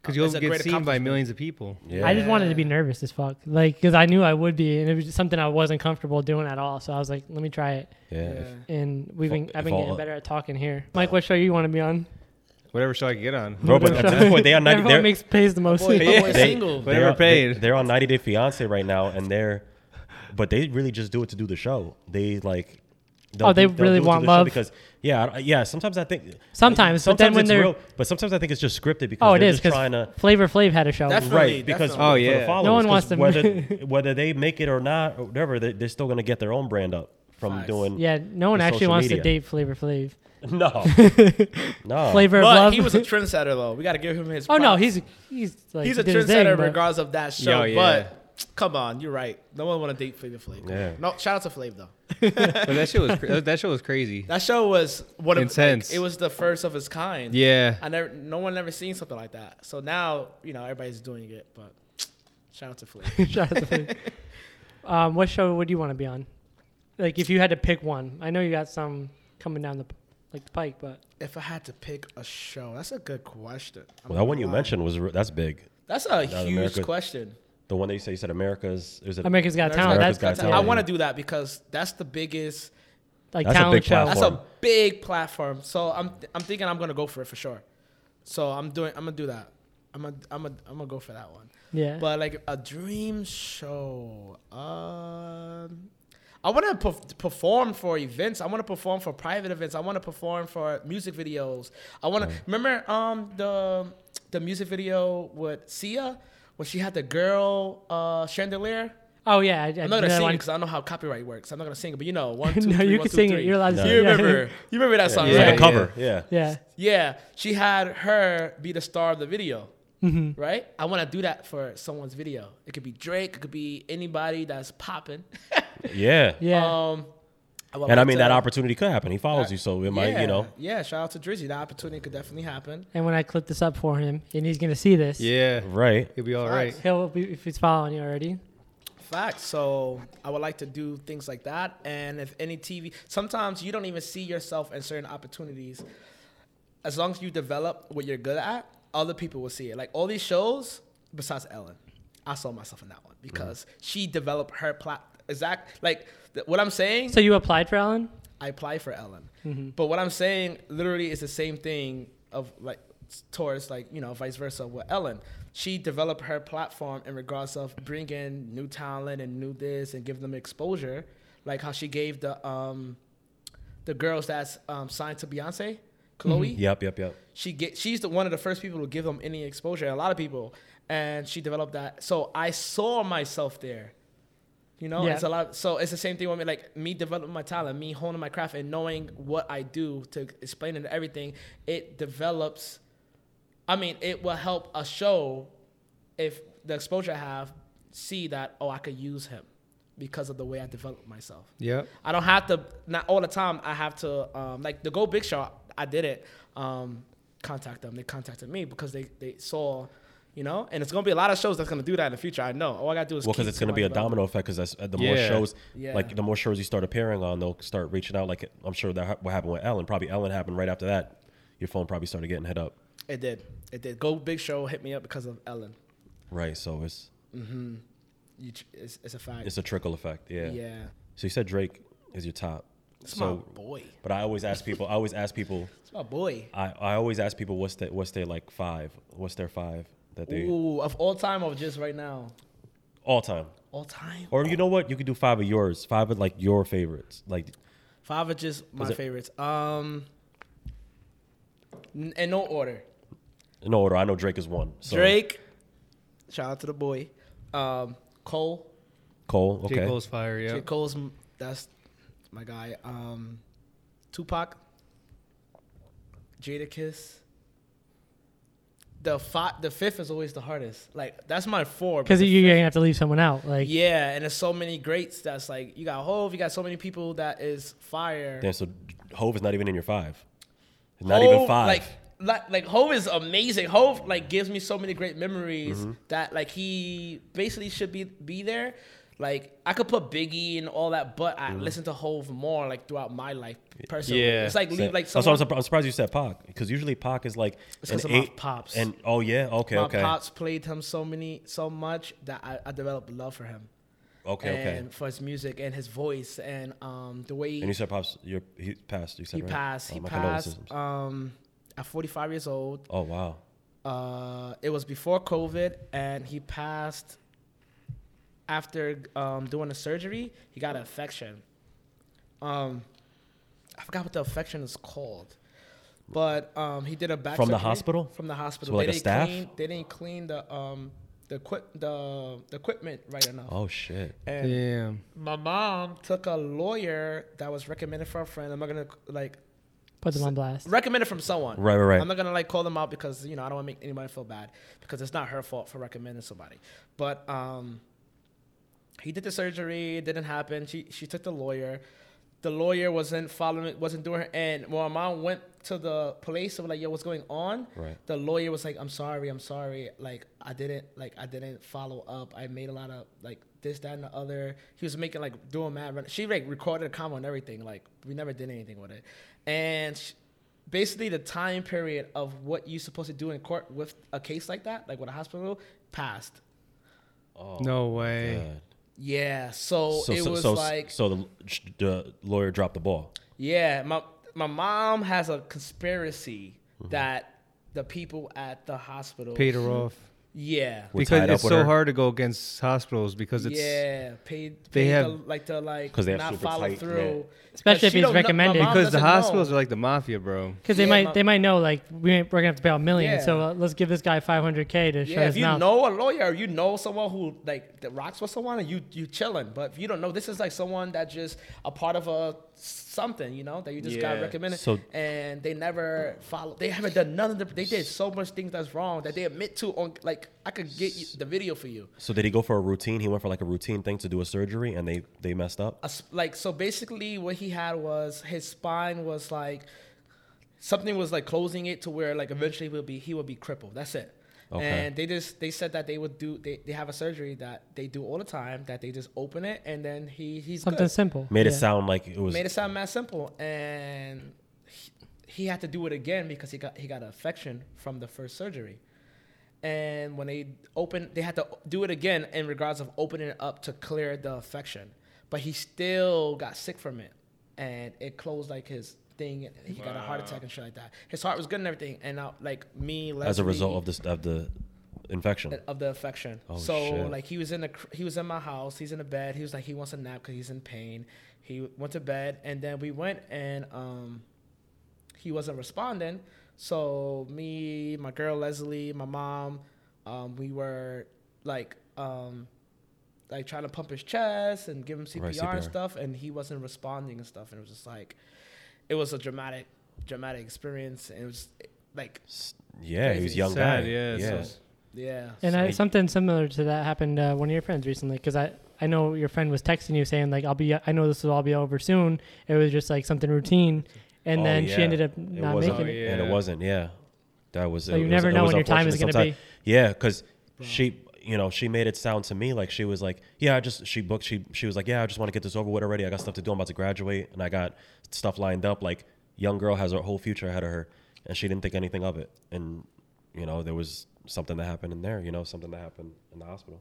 S3: Because you'll
S6: It's a
S3: get
S6: great
S3: seen by
S6: accomplishment.
S3: millions of people.
S4: Yeah.
S2: I just wanted to be nervous as fuck, like because I knew I would be, and it was just something I wasn't comfortable doing at all. So I was like, "Let me try it."
S4: yeah.
S6: Yeah.
S2: And we've been,
S4: If
S2: I've been
S4: all-
S2: getting better at talking here. Mike, what show you want to be on?
S3: Whatever show I can get on.
S4: Bro, Oh, but at this point, they are 90,
S2: Everyone
S4: they're,
S2: makes pays the most. (laughs)
S6: Boy, my boy's
S4: They-
S6: single.
S3: Whatever
S4: they're,
S3: paid.
S4: They, they're on 90 Day Fiance right now, and they're, but they really just do it to do the show. They like. they'll
S2: Oh, they
S4: do- they'll
S2: really
S4: do it to
S2: want
S4: the show
S2: love?
S4: because yeah, I- yeah. Sometimes I think
S2: Sometimes, but then when
S4: it's
S2: they're-
S4: real, but sometimes I think it's just scripted because
S2: oh, it
S4: they're
S2: is
S4: just trying to
S2: because Flavor Flav had a show.
S6: That's- Definitely,
S4: right because
S6: definitely.
S3: Oh,
S4: for
S3: yeah.
S4: the
S3: No
S4: followers,
S2: one
S4: 'cause
S2: wants to- (laughs)
S4: whether whether they make it or not or whatever they, they're still gonna get their own brand up from
S6: Facts.
S4: doing
S2: yeah, no one
S4: The
S2: actually
S4: social
S2: wants to
S4: media.
S2: date Flavor Flav. (laughs)
S4: (laughs) no no
S2: Flavor of
S6: but
S2: Love.
S6: he was a
S2: (laughs)
S6: trendsetter though. We got to give him his.
S2: oh no,
S6: props.
S2: he's he's like
S6: he's a
S2: did his thing,
S6: trendsetter
S2: but-
S6: regardless of that
S3: Yo,
S6: show.
S3: yeah.
S6: But come on, you're right. No one want to date Flavor Flav.
S4: Yeah.
S6: No, shout out to Flav though.
S3: But that show was cra- that show was
S6: (laughs)
S3: crazy.
S6: That show was one of
S3: Intense.
S6: Like, it was the first of its kind.
S3: Yeah.
S6: I never, no one ever seen something like that. So now, you know, everybody's doing it. But shout out
S4: (laughs)
S6: to
S2: (laughs)
S6: Flav.
S2: Shout out to Flav. um, what show would you want to be on? Like, if you had to pick one, I know you got some coming down the p- like the pike, but
S6: if I had to pick a show, that's a good question. I'm
S4: well,
S6: not
S4: that one you
S6: gonna lie.
S4: mentioned was re- that's big
S6: That's a huge
S4: America-
S6: question.
S4: the one that you said you said America's is it
S2: America's Got
S6: America's
S2: Talent.
S4: Got
S2: That's
S4: Talent.
S6: I want to do that because that's the biggest.
S2: like
S4: That's a
S2: talent
S4: big
S2: show.
S4: platform.
S6: That's a big platform. So I'm, I'm thinking I'm gonna go for it for sure. So I'm doing, I'm gonna do that. I'm gonna, I'm gonna, I'm gonna go for that one.
S2: Yeah.
S6: But like a dream show, um, I want to perf- perform for events. I want to perform for private events. I want to perform for music videos. I want to remember um the the music video with Sia when she had the girl uh chandelier.
S2: oh yeah, I, I
S6: I'm not gonna
S2: that
S6: sing
S2: one.
S6: it because I know how copyright works. I'm not gonna sing it, but you know, one, two,
S2: (laughs) No,
S6: three,
S2: you
S6: one,
S2: can
S6: two,
S2: sing it.
S6: three.
S2: You're allowed to
S6: You
S2: sing it. Yeah.
S6: remember?
S2: (laughs)
S6: You remember that song?
S4: it's
S6: right?
S4: like a cover yeah,
S2: Yeah.
S6: Yeah, she had her be the star of the video, right? I want to do that for someone's video. It could be Drake, it could be anybody that's popping.
S4: yeah
S2: Yeah.
S6: Um, would
S4: (laughs) and I
S6: like
S4: mean
S6: to-
S4: that opportunity could happen he follows you so it might
S6: yeah,
S4: you know
S6: Yeah, shout out to Drizzy. That opportunity could definitely happen.
S2: and when I clip this up for him, and he's gonna see this,
S3: Yeah,
S4: right
S3: you'll be all right.
S2: he'll be, if he's following you already.
S6: Fact. So I would like to do things like that. And if any TV, sometimes you don't even see yourself in certain opportunities. As long as you develop what you're good at, other people will see it. Like all these shows, besides Ellen, I saw myself in that one because she developed her plot. Exact. Like th- what I'm saying,
S2: So you applied for Ellen?
S6: I apply for Ellen. But what I'm saying literally is the same thing of like towards like you know vice versa with Ellen. She developed her platform in regards of bringing new talent and new this and giving them exposure, like how she gave the um the girls that's um, signed to Beyonce, Chloe
S4: yep yep yep
S6: she get she's the one of the first people to give them any exposure. A lot of people, and she developed that. So I saw myself there. You know,
S2: Yeah.
S6: it's a lot. So it's the same thing with me, like me developing my talent, me honing my craft, and knowing what I do to explain it and everything. It develops. I mean, it will help a show if the exposure I have see that oh I could use him because of the way I developed myself.
S3: Yep.
S6: I don't have to not all the time. I have to um, like the Go Big Shot. I did it. Um, contact them. They contacted me because they they saw, you know. And it's gonna be a lot of shows that's gonna do that in the future. I know. All I gotta do is
S4: well because it's going to be a domino effect because the more
S3: Yeah.
S4: shows
S6: Yeah.
S4: like the more shows you start appearing on they'll start reaching out like i'm sure that ha- what happened with ellen probably ellen happened right after that your phone probably started getting hit up
S6: It did. It did. Go Big Show hit me up because of Ellen.
S4: right so it's
S6: You, ch- it's, it's a fact.
S4: it's a trickle effect yeah
S6: yeah.
S4: so you said drake is your top
S6: It's my
S4: so
S6: boy.
S4: but i always ask people i always ask people
S6: It's my boy.
S4: i, I always ask people what's their what's their like five what's their five that they
S6: Ooh, of all time or just right now?
S4: all time
S6: All time.
S4: or you know what you could do five of yours five of like your favorites like
S6: Five are just my
S4: Was it-
S6: favorites. Um, n- in no order.
S4: in order i know drake is one so
S6: Drake. Shout out to the boy. Um, Cole.
S4: cole okay
S3: J. Cole's fire. Yeah.
S6: J. Cole's m- that's my guy. Um, Tupac. Jadakiss. the fi- the fifth is always the hardest. Like that's my four. but
S2: because
S6: the
S2: you're
S6: fifth-
S2: gonna have to leave someone out. Like,
S6: yeah, and there's so many greats that's like you got Hove, you got so many people that is fire.
S4: Damn, so Hove is not even in your five. It's not even
S6: Hov,
S4: five.
S6: Like, like, like Hove is amazing. Hove like gives me so many great memories
S4: Mm-hmm.
S6: that like he basically should be be there. Like I could put Biggie and all that, but I
S4: Mm-hmm.
S6: listen to Hove more like throughout my life personally.
S3: Yeah.
S6: it's like
S4: Same.
S6: leave like
S4: That's why
S6: someone,
S4: I'm, surpri- I'm surprised you said Pac because usually Pac is like
S6: It's
S4: an
S6: 'cause of my
S4: eight
S6: pops.
S4: and oh yeah okay
S6: my
S4: okay
S6: pops played him so many so much that I, I developed love for him
S4: okay okay
S6: and for his music and his voice and um the way
S4: and you said pops you're, he passed you said
S6: he
S4: right?
S6: passed.
S4: Oh,
S6: he
S4: my condolences.
S6: passed um, at 45 years old.
S4: oh wow
S6: Uh, it was before COVID, and he passed after um, doing the surgery. He got an infection. Um, I forgot what the infection is called, but um, he did a back
S4: From the
S6: surgery-
S4: hospital?
S6: From the hospital.
S4: So, like,
S6: they
S4: a
S6: didn't
S4: staff?
S6: Clean, they didn't clean the um, the, equip, the the equipment right enough.
S4: oh shit
S6: And
S3: Damn.
S6: my mom took a lawyer that was recommended for a friend. I'm not gonna like
S2: put them on blast.
S6: recommended from someone.
S4: Right, right, right.
S6: I'm not gonna like call them out because you know I don't want to make anybody feel bad because it's not her fault for recommending somebody. But um, he did the surgery, it didn't happen. She she took the lawyer. The lawyer wasn't following, wasn't doing her end. Well, my mom went to the police and was like, "Yo, what's going on?"
S4: Right.
S6: The lawyer was like, "I'm sorry, I'm sorry. Like I didn't, like I didn't follow up. I made a lot of like this, that, and the other." He was making like doing mad. Run- she like recorded a comment and everything. Like we never did anything with it, and. She, basically the time period of what you're supposed to do in court with a case like that, like with a hospital, passed.
S3: no way.
S4: God.
S6: Yeah, so,
S4: so
S6: it
S4: so
S6: was
S4: so,
S6: like
S4: so the, the lawyer dropped the ball
S6: yeah, my my mom has a conspiracy that the people at the hospital
S3: Mm-hmm. Paid her off.
S6: Yeah.
S4: We're
S3: because
S4: tied up
S3: it's
S4: with
S3: so
S4: her.
S3: hard to go against hospitals because it's
S6: yeah, paid.
S3: they
S6: paid
S3: have-
S6: the, like to like
S4: 'Cause they have
S6: not
S4: super
S6: follow
S4: tight, yeah.
S6: through,
S2: Especially
S6: But
S2: if
S6: she
S2: it's
S6: don't kno- my
S2: recommended.
S6: mom
S3: because the
S6: doesn't
S3: hospitals
S6: know.
S3: are like the mafia, bro.
S2: Because they
S6: Yeah,
S2: might
S6: my-
S2: they might know like we ain't, we're gonna have to pay out a million,
S6: Yeah.
S2: so uh, let's give this guy 500k to shut
S6: Yeah, if
S2: his
S6: you
S2: mouth.
S6: know a lawyer, you know someone who like that rocks with someone, and you you chilling. But if you don't know, this is like someone that just a part of a something, you know, that you just got
S3: Yeah.
S6: recommended,
S4: So-
S6: and they never follow. They haven't done nothing. to- They did so much things that's wrong that they admit to. On like, I could get you the video for you.
S4: so did he go for a routine he went for like a routine thing to do a surgery and they they messed up
S6: a sp- like so basically what he had was his spine was like something was like closing it to where like eventually will be he would be crippled that's it
S4: Okay.
S6: and they just they said that they would do they, they have a surgery that they do all the time that they just open it and then he he's
S2: Something
S6: good.
S2: simple.
S4: made it
S2: Yeah.
S4: sound like it was
S6: made it sound mad simple and he, he had to do it again because he got he got an infection from the first surgery and when they opened they had to do it again in regards of opening it up to clear the infection but he still got sick from it and it closed like his thing and he got a heart attack and shit like that his heart was good and everything and now like me
S4: as a
S6: Leslie,
S4: result of this of the infection
S6: of the infection.
S4: Oh,
S6: so
S4: shit.
S6: like he was in the cr- he was in my house. He's in the bed. He was like he wants a nap because he's in pain. He went to bed and then we went and um, he wasn't responding. So me, my girl Leslie, my mom, um, we were like um, like trying to pump his chest and give him CPR,
S4: Right,
S6: and
S4: CPR.
S6: stuff, and he wasn't responding and stuff. And it was just like it was a dramatic dramatic experience. And it was like
S4: yeah he was a
S6: Crazy.
S4: young
S3: Sad,
S4: guy
S3: yeah,
S4: yeah
S3: so-
S6: yeah.
S2: And I,
S4: Snake.
S2: something similar to that happened uh, one of your friends recently, because I, I know your friend was texting you saying like I'll be I know this will all be over soon. It was just like something routine, and
S4: Oh,
S2: then she
S4: yeah.
S2: ended up
S4: It
S2: not
S4: wasn't-
S2: making it.
S3: Oh, yeah.
S4: and it wasn't. Yeah, that was.
S2: Like,
S4: it
S2: you
S4: was-
S2: never
S4: it
S2: know
S4: was
S2: when your time
S4: unfortunate
S2: is gonna
S4: sometimes. Yeah, because she, you know, she made it sound to me like she was like, yeah, I just she booked. She she was like, yeah, I just want to get this over with already. I got stuff to do. I'm about to graduate, and I got stuff lined up. Like, young girl has her whole future ahead of her, and she didn't think anything of it. And you know, there was something that happened in there. You know, something that happened in the hospital.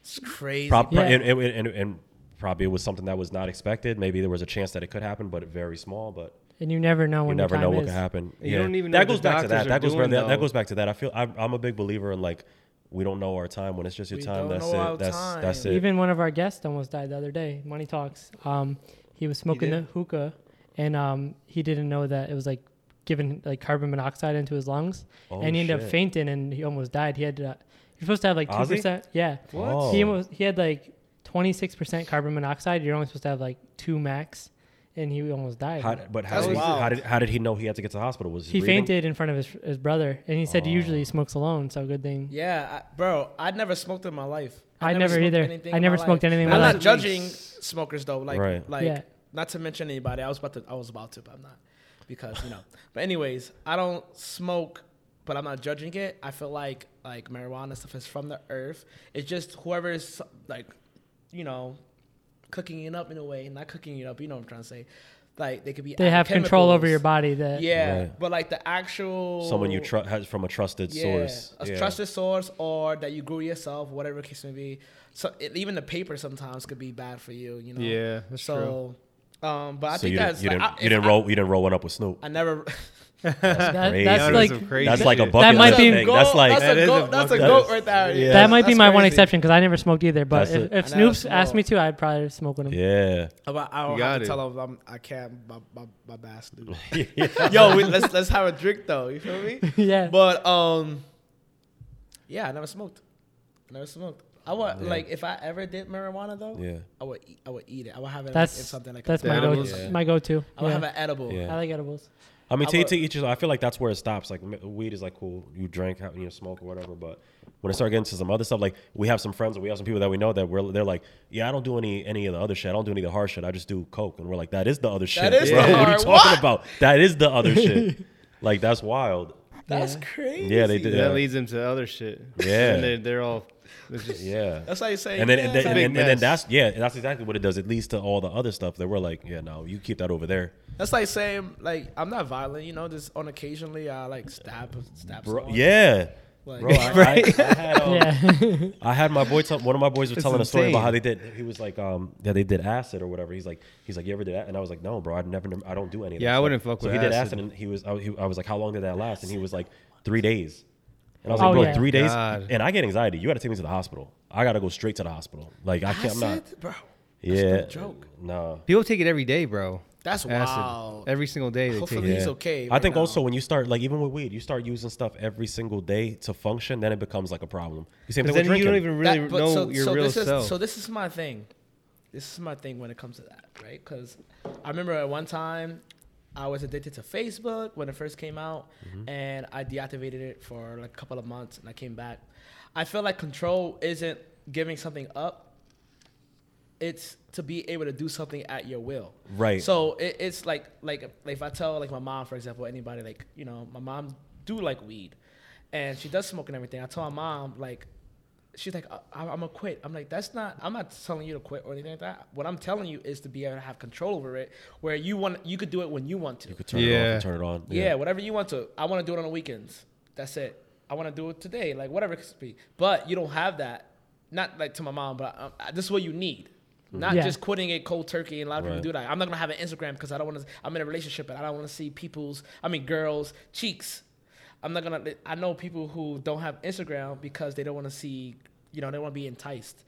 S6: It's crazy.
S4: Prob-
S2: Yeah.
S4: and, and, and, and probably it was something that was not expected. Maybe there was a chance that it could happen, but very small. But
S2: And you never know
S4: you
S2: when
S4: never
S2: your
S4: know
S2: time
S4: what
S2: is.
S4: could happen.
S3: You don't even know
S4: that
S3: what
S4: goes
S3: the
S4: back to that.
S3: doctors are
S4: That goes
S3: doing,
S4: that, that
S3: though.
S4: goes back to that. I feel I'm, I'm a big believer in like we don't know our time. When it's just your
S6: We
S4: time,
S6: don't
S4: that's
S6: know our
S4: it. That's that's
S6: time.
S4: it.
S2: Even one of our guests almost died the other day. Money talks. Um, he was smoking the
S3: did?
S2: hookah, and um, he didn't know that it was like giving like carbon monoxide into his lungs,
S4: Oh,
S2: and he ended up
S4: shit.
S2: fainting, and he almost died. He had uh, you're supposed to have like two
S4: Ozzy?
S2: percent. Yeah,
S4: What? Oh.
S2: He almost he had like 26 percent carbon monoxide. You're only supposed to have like two max. and he almost died.
S4: How, but how
S6: That's
S4: did, he,
S6: wild.
S4: how, did, how did he know he Oh. had to get to the hospital? Was
S2: he
S4: breathing?
S2: fainted in front of his, his brother, and he said he usually smokes alone, so good thing.
S6: Yeah, I, bro, I never smoked in my life.
S2: I never
S6: smoked
S2: either.
S6: anything
S2: I
S6: in
S2: never
S6: my
S2: smoked
S6: life.
S2: anything in
S6: I'm
S2: my
S6: not
S2: life.
S6: judging smokers though. Like,
S4: Right.
S6: like
S2: Yeah.
S6: not to mention anybody. I was about to. I was about to, but I'm not because you know. But anyways, I don't smoke, but I'm not judging it. I feel like like marijuana stuff is from the earth. It's just whoever's like, you know, cooking it up in a way, not cooking it up. You know what I'm trying to say. Like they could be.
S2: They
S6: adding
S2: have control over
S6: chemicals.
S2: your body. That
S6: Yeah,
S4: Right.
S6: but like the actual
S4: Someone you trust has from a trusted source.
S6: a
S4: Yeah.
S6: trusted source, or that you grew yourself, whatever case may be. So it, even the paper sometimes could be bad for you, you know.
S3: Yeah, that's
S6: so, Um, but I
S4: so
S6: think
S4: you
S6: that's
S4: didn't, you
S6: like,
S4: didn't,
S6: I-
S4: you
S6: if
S4: didn't
S6: I-
S4: roll you didn't roll one up with Snoop.
S6: I never. (laughs)
S2: that-
S4: Crazy.
S2: that's
S4: That
S2: like
S3: was some crazy
S4: That's like a
S3: shit.
S4: bucket
S2: That might
S4: list
S2: be-
S4: thing.
S6: goat,
S4: That's like
S6: that's a
S3: That is a
S6: goat, that's a
S3: bucket
S6: goat
S3: list.
S6: right there.
S3: Yeah.
S2: that might be
S6: that's
S2: my one
S6: crazy.
S2: exception because I never smoked either. But
S4: That's
S2: if,
S4: it.
S2: if
S6: I never
S2: Snoop's asked me to, I'd probably smoke with him.
S4: yeah.
S6: But I don't
S3: You
S6: have
S3: got
S6: to
S3: it.
S6: tell them I'm, I can't. My my, my
S4: (laughs)
S6: bass dude. (laughs) Yo, we, let's let's have a drink though. You feel me?
S2: (laughs) Yeah.
S6: But um, yeah, I never smoked. I never smoked. I would like if I ever did marijuana though.
S4: Yeah.
S6: I would eat, I would eat it. I would have it
S2: That's
S6: in something like
S2: that's
S6: a,
S2: my
S3: Yeah.
S2: go,
S3: Yeah.
S2: my go-to.
S6: I would
S2: yeah.
S6: have an edible.
S4: Yeah.
S2: I like edibles.
S4: I mean,
S6: I
S4: to,
S6: would-
S4: to each his. I feel like that's where it stops. Like m- weed is like cool. You drink, have- you know, smoke or whatever. But when it start getting to some other stuff, like we have some friends or we have some people that we know that we're they're like, yeah, I don't do any any of the other shit. I don't do any of the hard shit. I just do coke. And we're like, that is the other shit.
S6: is
S4: bro. (laughs) what
S6: the
S4: are you
S6: hard-
S4: talking
S6: what?
S4: about? That is the other shit. like that's wild.
S6: That's
S2: Yeah.
S6: crazy.
S4: Yeah, they do.
S3: That
S4: Yeah.
S3: leads them to other shit. (laughs)
S4: Yeah.
S3: and they're, they're all. It's just,
S4: yeah.
S6: That's how you say.
S4: and then,
S6: yeah,
S4: and, then,
S6: that's-
S4: and,
S3: big
S4: then, and then
S3: mess.
S4: that's yeah, that's exactly what it does. It leads to all the other stuff that we're like, yeah, no, you keep that over there,
S6: that's like saying like I'm not violent. You know, just on occasionally I like stab stab.
S4: bro.
S6: someone.
S4: Yeah,
S6: Like, (laughs)
S4: bro. I, I, I had, um,
S2: Yeah.
S4: I had my boy. Tell, one of my boys was
S3: It's
S4: telling a story about
S3: insane.
S4: how they did. He was like, um, yeah, they did acid or whatever. He's like, he's like, you ever did that? And I was like, no, bro, I never, I don't do any. of that
S3: Yeah, I
S4: stuff."
S3: wouldn't fuck
S4: so
S3: with
S4: he did
S3: acid.
S4: acid, and he was, I, he, I was like, how long did that last? And he was like, three days. And I was
S2: Oh,
S4: like, bro,
S2: yeah.
S4: three days.
S3: God.
S4: And I get anxiety. You got to take me to the hospital. I got to go straight to the hospital. Like I can't. I'm not.
S6: Acid? bro.
S4: Yeah.
S6: joke.
S4: No.
S3: People take it every day, bro.
S6: That's
S3: Acid.
S6: wild.
S3: Every single day they
S6: Hopefully
S3: take it.
S6: he's okay.
S4: I
S6: right
S4: think
S6: now.
S4: also when you start like even with weed, you start using stuff every single day to function, then it becomes like a problem. The same thing
S3: Because then
S4: with
S3: you don't
S4: drinking.
S3: even really
S6: That- but
S3: know
S6: so-
S3: your
S6: so
S3: real
S6: this is,
S3: self.
S6: So this is my thing. This is my thing when it comes to that, right? Because I remember at one time I was addicted to Facebook when it first came out,
S3: Mm-hmm.
S6: and I deactivated it for like a couple of months, and I came back. I feel like control isn't giving something up. It's to be able to do something at your will.
S4: Right.
S6: So so it, it's like like like if I tell like my mom for example anybody like you know my mom do like weed, and she does smoke and everything. I tell my mom like, she's like I, I'm gonna quit. I'm like that's not I'm not telling you to quit or anything like that. What I'm telling you is to be able to have control over it, where you want you could do it when you want to.
S4: you could turn it off
S3: Yeah.
S4: and turn it on.
S6: Yeah, whatever you want to. I want to do it on the weekends. That's it. I want to do it today, like whatever it could be. But you don't have that. Not like to my mom, but um, this is what you need. Not
S2: Yeah.
S6: just quitting it cold turkey. And a lot of
S4: Mm-hmm. Right.
S6: people do that. I'm not gonna have an Instagram because I don't want to. I'm in a relationship and I don't want to see people's. I mean, girls' cheeks. I'm not gonna. I know people who don't have Instagram because they don't want to see. You know, they want to be enticed.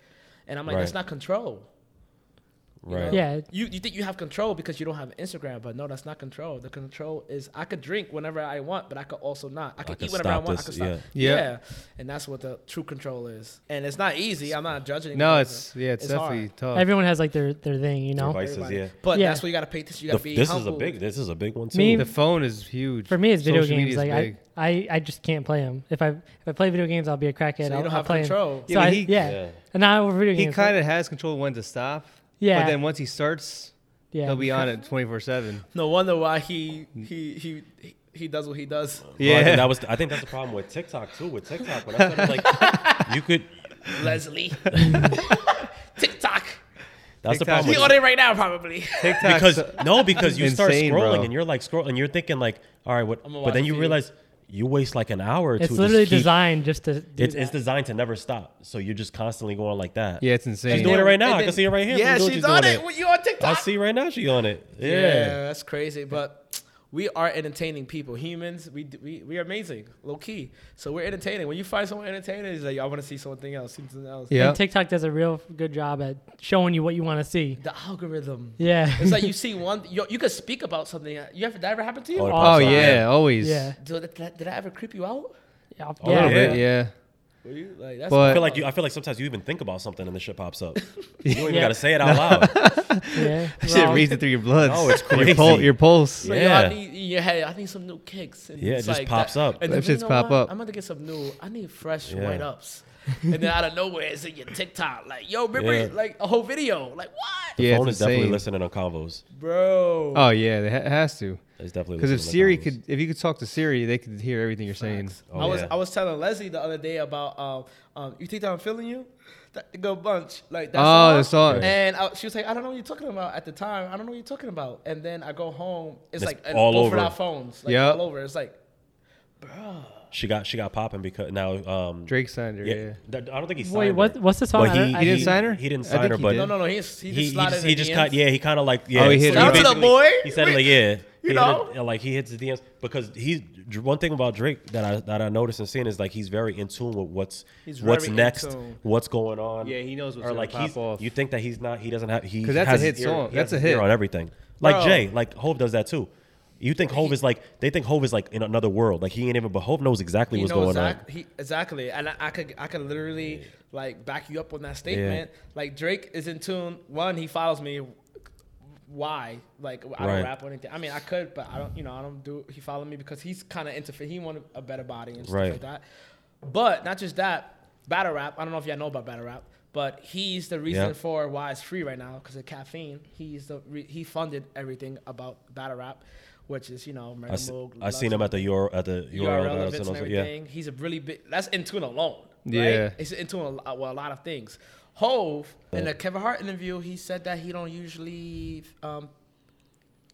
S6: And I'm like, that's
S4: Right.
S6: not control.
S4: Right.
S2: Yeah.
S6: You you think you have control because you don't have Instagram, but no, that's not control. The control is I could drink whenever I want, but I could also not. I could
S4: could
S6: eat whenever I
S4: stop
S6: want. I
S4: this,
S6: could stop.
S4: yeah.
S3: Yeah.
S6: And that's what the true control is. And it's not easy. I'm not judging.
S3: no,
S6: anybody.
S3: it's yeah, it's,
S6: hard.
S3: definitely
S6: Oh.
S3: tough.
S2: Everyone has like their their thing, you know.
S4: Devices, yeah.
S6: But
S2: Yeah.
S6: that's what you gotta pay attention. You
S4: The-
S6: gotta be
S4: this is a
S6: humble.
S4: big. This is a big one too.
S2: Me-
S3: the phone is huge.
S2: For me, it's video
S3: Social
S2: games.
S3: media's
S2: Like I,
S3: big.
S2: I, I just can't play them. If I if I play video games, I'll be a crackhead.
S6: So you
S2: I'll,
S6: don't
S2: I'll
S6: have
S2: play 'em.
S6: control.
S2: So
S3: Yeah, but
S2: I,
S3: he-
S2: yeah.
S4: Yeah.
S2: And now over video
S3: he
S2: games.
S3: kind of has control when to stop.
S2: Yeah.
S3: But then once he starts,
S2: yeah.
S3: he'll be on it twenty four (laughs) seven.
S6: No wonder why he he he he- he does what he does.
S4: Well, I
S3: Yeah.
S4: think that was. I think that's the problem with TikTok too. With TikTok, when I started,
S6: (laughs)
S4: like, you could. (laughs)
S6: Leslie, TikTok.
S4: That's the
S3: TikTok
S4: problem.
S6: He
S4: with-
S6: on it right now, probably.
S3: TikTok's- (laughs)
S4: because no, because you start
S3: Insane,
S4: scrolling
S3: bro.
S4: and you're like scrolling and you're thinking like, all right, what?
S6: I'ma
S4: But
S6: watch
S4: then
S6: a
S4: you
S6: few.
S4: realize you waste like an hour or two.
S2: It's
S4: just
S2: literally
S4: keep-
S2: designed just to. Do
S4: It's, it's
S2: that.
S4: designed to never stop. So you're just constantly going like that.
S3: yeah, it's
S4: She's
S3: insane.
S4: doing it right now.
S6: And
S4: I can
S6: then-
S4: see it right here.
S6: Yeah,
S4: Look at what
S6: she's
S4: doing
S6: on it. You on
S4: I
S6: TikTok?
S4: see right now she's on it. Yeah.
S6: Yeah. that's crazy. But we are entertaining people. Humans, we do- we we are amazing, low key. So we're entertaining. When you find someone entertaining, it's like I want to see something else, something else.
S3: Yeah.
S2: And TikTok does a real good job at showing you what you want to see.
S6: The algorithm.
S2: Yeah.
S6: It's like you see one. You, you could speak about something. uh, You ever that ever happened to you?
S4: Oh, it
S3: Oh
S4: pops up.
S3: yeah, always.
S2: yeah.
S6: Did, that, did that ever creep you out?
S2: (laughs) Yeah.
S4: little
S3: A
S2: yeah.
S3: little
S4: bit,
S3: bit, yeah.
S6: What do you like? That's
S4: I
S3: But
S4: feel like you. I feel like sometimes you even think about something and this shit pops
S3: (laughs)
S4: up. You don't even gotta say it out loud. (laughs)
S2: Yeah.
S3: shit
S2: Well,
S3: reads it through your blood.
S4: No, it's
S3: (laughs) Your, pul-
S4: crazy.
S3: your pulse.
S6: Like, yeah.
S4: Yeah.
S6: I need, in your head, I need some new kicks. And
S4: Yeah, it
S6: it's
S4: just
S6: like
S4: pops
S6: that-
S4: up.
S6: And
S3: Them
S6: then, you
S3: shits
S6: know
S3: pop
S6: what?
S3: up.
S6: I'm about to get some new. I need fresh
S4: Yeah.
S6: white ups. and then out of nowhere, it's in your TikTok. Like, yo, remember
S4: Yeah.
S6: like a whole video. Like, what,
S3: Yeah,
S4: Phone
S3: it's
S4: is definitely
S3: insane.
S4: listening on convos.
S6: bro?
S3: Oh yeah, it ha- has to.
S4: It's definitely
S3: Because if
S4: listening on
S3: Siri
S4: convos.
S3: could, if you could talk to Siri, they could hear everything you're saying.
S4: Oh,
S6: I was
S4: yeah.
S6: I was telling Leslie the other day about um, um you think that I'm feeling you, that good bunch like that
S3: Oh, the
S6: song.
S3: song.
S6: And I, she was like, I don't know what you're talking about at the time. I don't know what you're talking about. And then I go home. It's,
S4: It's
S6: like and
S4: all
S6: both
S4: over.
S6: of our phones. Like,
S3: Yep.
S6: all over. It's like
S4: she got she got popping because now um
S3: Drake signed her.
S4: yeah,
S3: Yeah.
S4: that- I don't think he signed
S2: Wait, what?
S4: her.
S2: What's the song?
S4: But
S2: I don't-
S4: he-
S2: I
S3: He didn't
S2: don't-
S3: sign her.
S4: He didn't
S3: I
S4: sign
S3: think
S4: her,
S3: he
S4: but
S3: did.
S6: no no no. He's he
S4: he,
S6: just
S4: he
S6: slotted
S4: just, he just kind yeah he kind of like yeah
S3: Oh, he hit
S4: so
S3: her
S4: he
S3: up.
S4: basically-
S6: Shout out to the boy.
S4: he said it like yeah he
S6: know?
S4: hit it, like he hits the DMs because he's one thing about Drake that I that I noticed and seeing is like he's very in tune with what's
S6: He's
S4: what's
S6: very in
S4: next
S6: tune.
S4: what's going on
S3: Yeah, he knows what's
S4: or
S3: gonna
S4: like
S3: pop
S4: he's
S3: off.
S4: you think that he's not he doesn't have he
S3: 'Cause that's a
S4: has
S3: hit
S4: his
S3: song.
S4: he
S3: That's
S4: has
S3: a
S4: his
S3: hit.
S4: ear on everything like
S6: Bro.
S4: Jay like Hove does that too. You think Hove is like they think Hove is like in another world like he ain't even but Hove knows exactly
S6: He
S4: what's
S6: knows
S4: going on.
S6: exact- he- exactly, and I, I could I could literally like back you up on that statement. Like Drake is in tune. One, he follows me. Why? Like I
S4: Right.
S6: don't rap or anything. I mean, I could, but I don't. You know, I don't do. He followed me because he's kind of into. He wanted a better body and stuff
S4: Right.
S6: like that. But not just that. Battle rap. I don't know if y'all know about battle rap, but he's the reason
S4: Yeah.
S6: for why it's free right now because of caffeine. He's the re- he funded everything about battle rap, which is you know.
S4: I,
S6: Murder
S4: se-
S6: Moog,
S4: I seen
S6: Lux-
S4: him at the Euro at the Euro
S6: URL
S4: events
S6: events and
S4: I was like, yeah.
S6: everything. He's a really big. That's in tune alone. Right?
S3: Yeah.
S6: it's in tune a, well a lot of things. Hove in the Kevin Hart interview, he said that he don't usually um,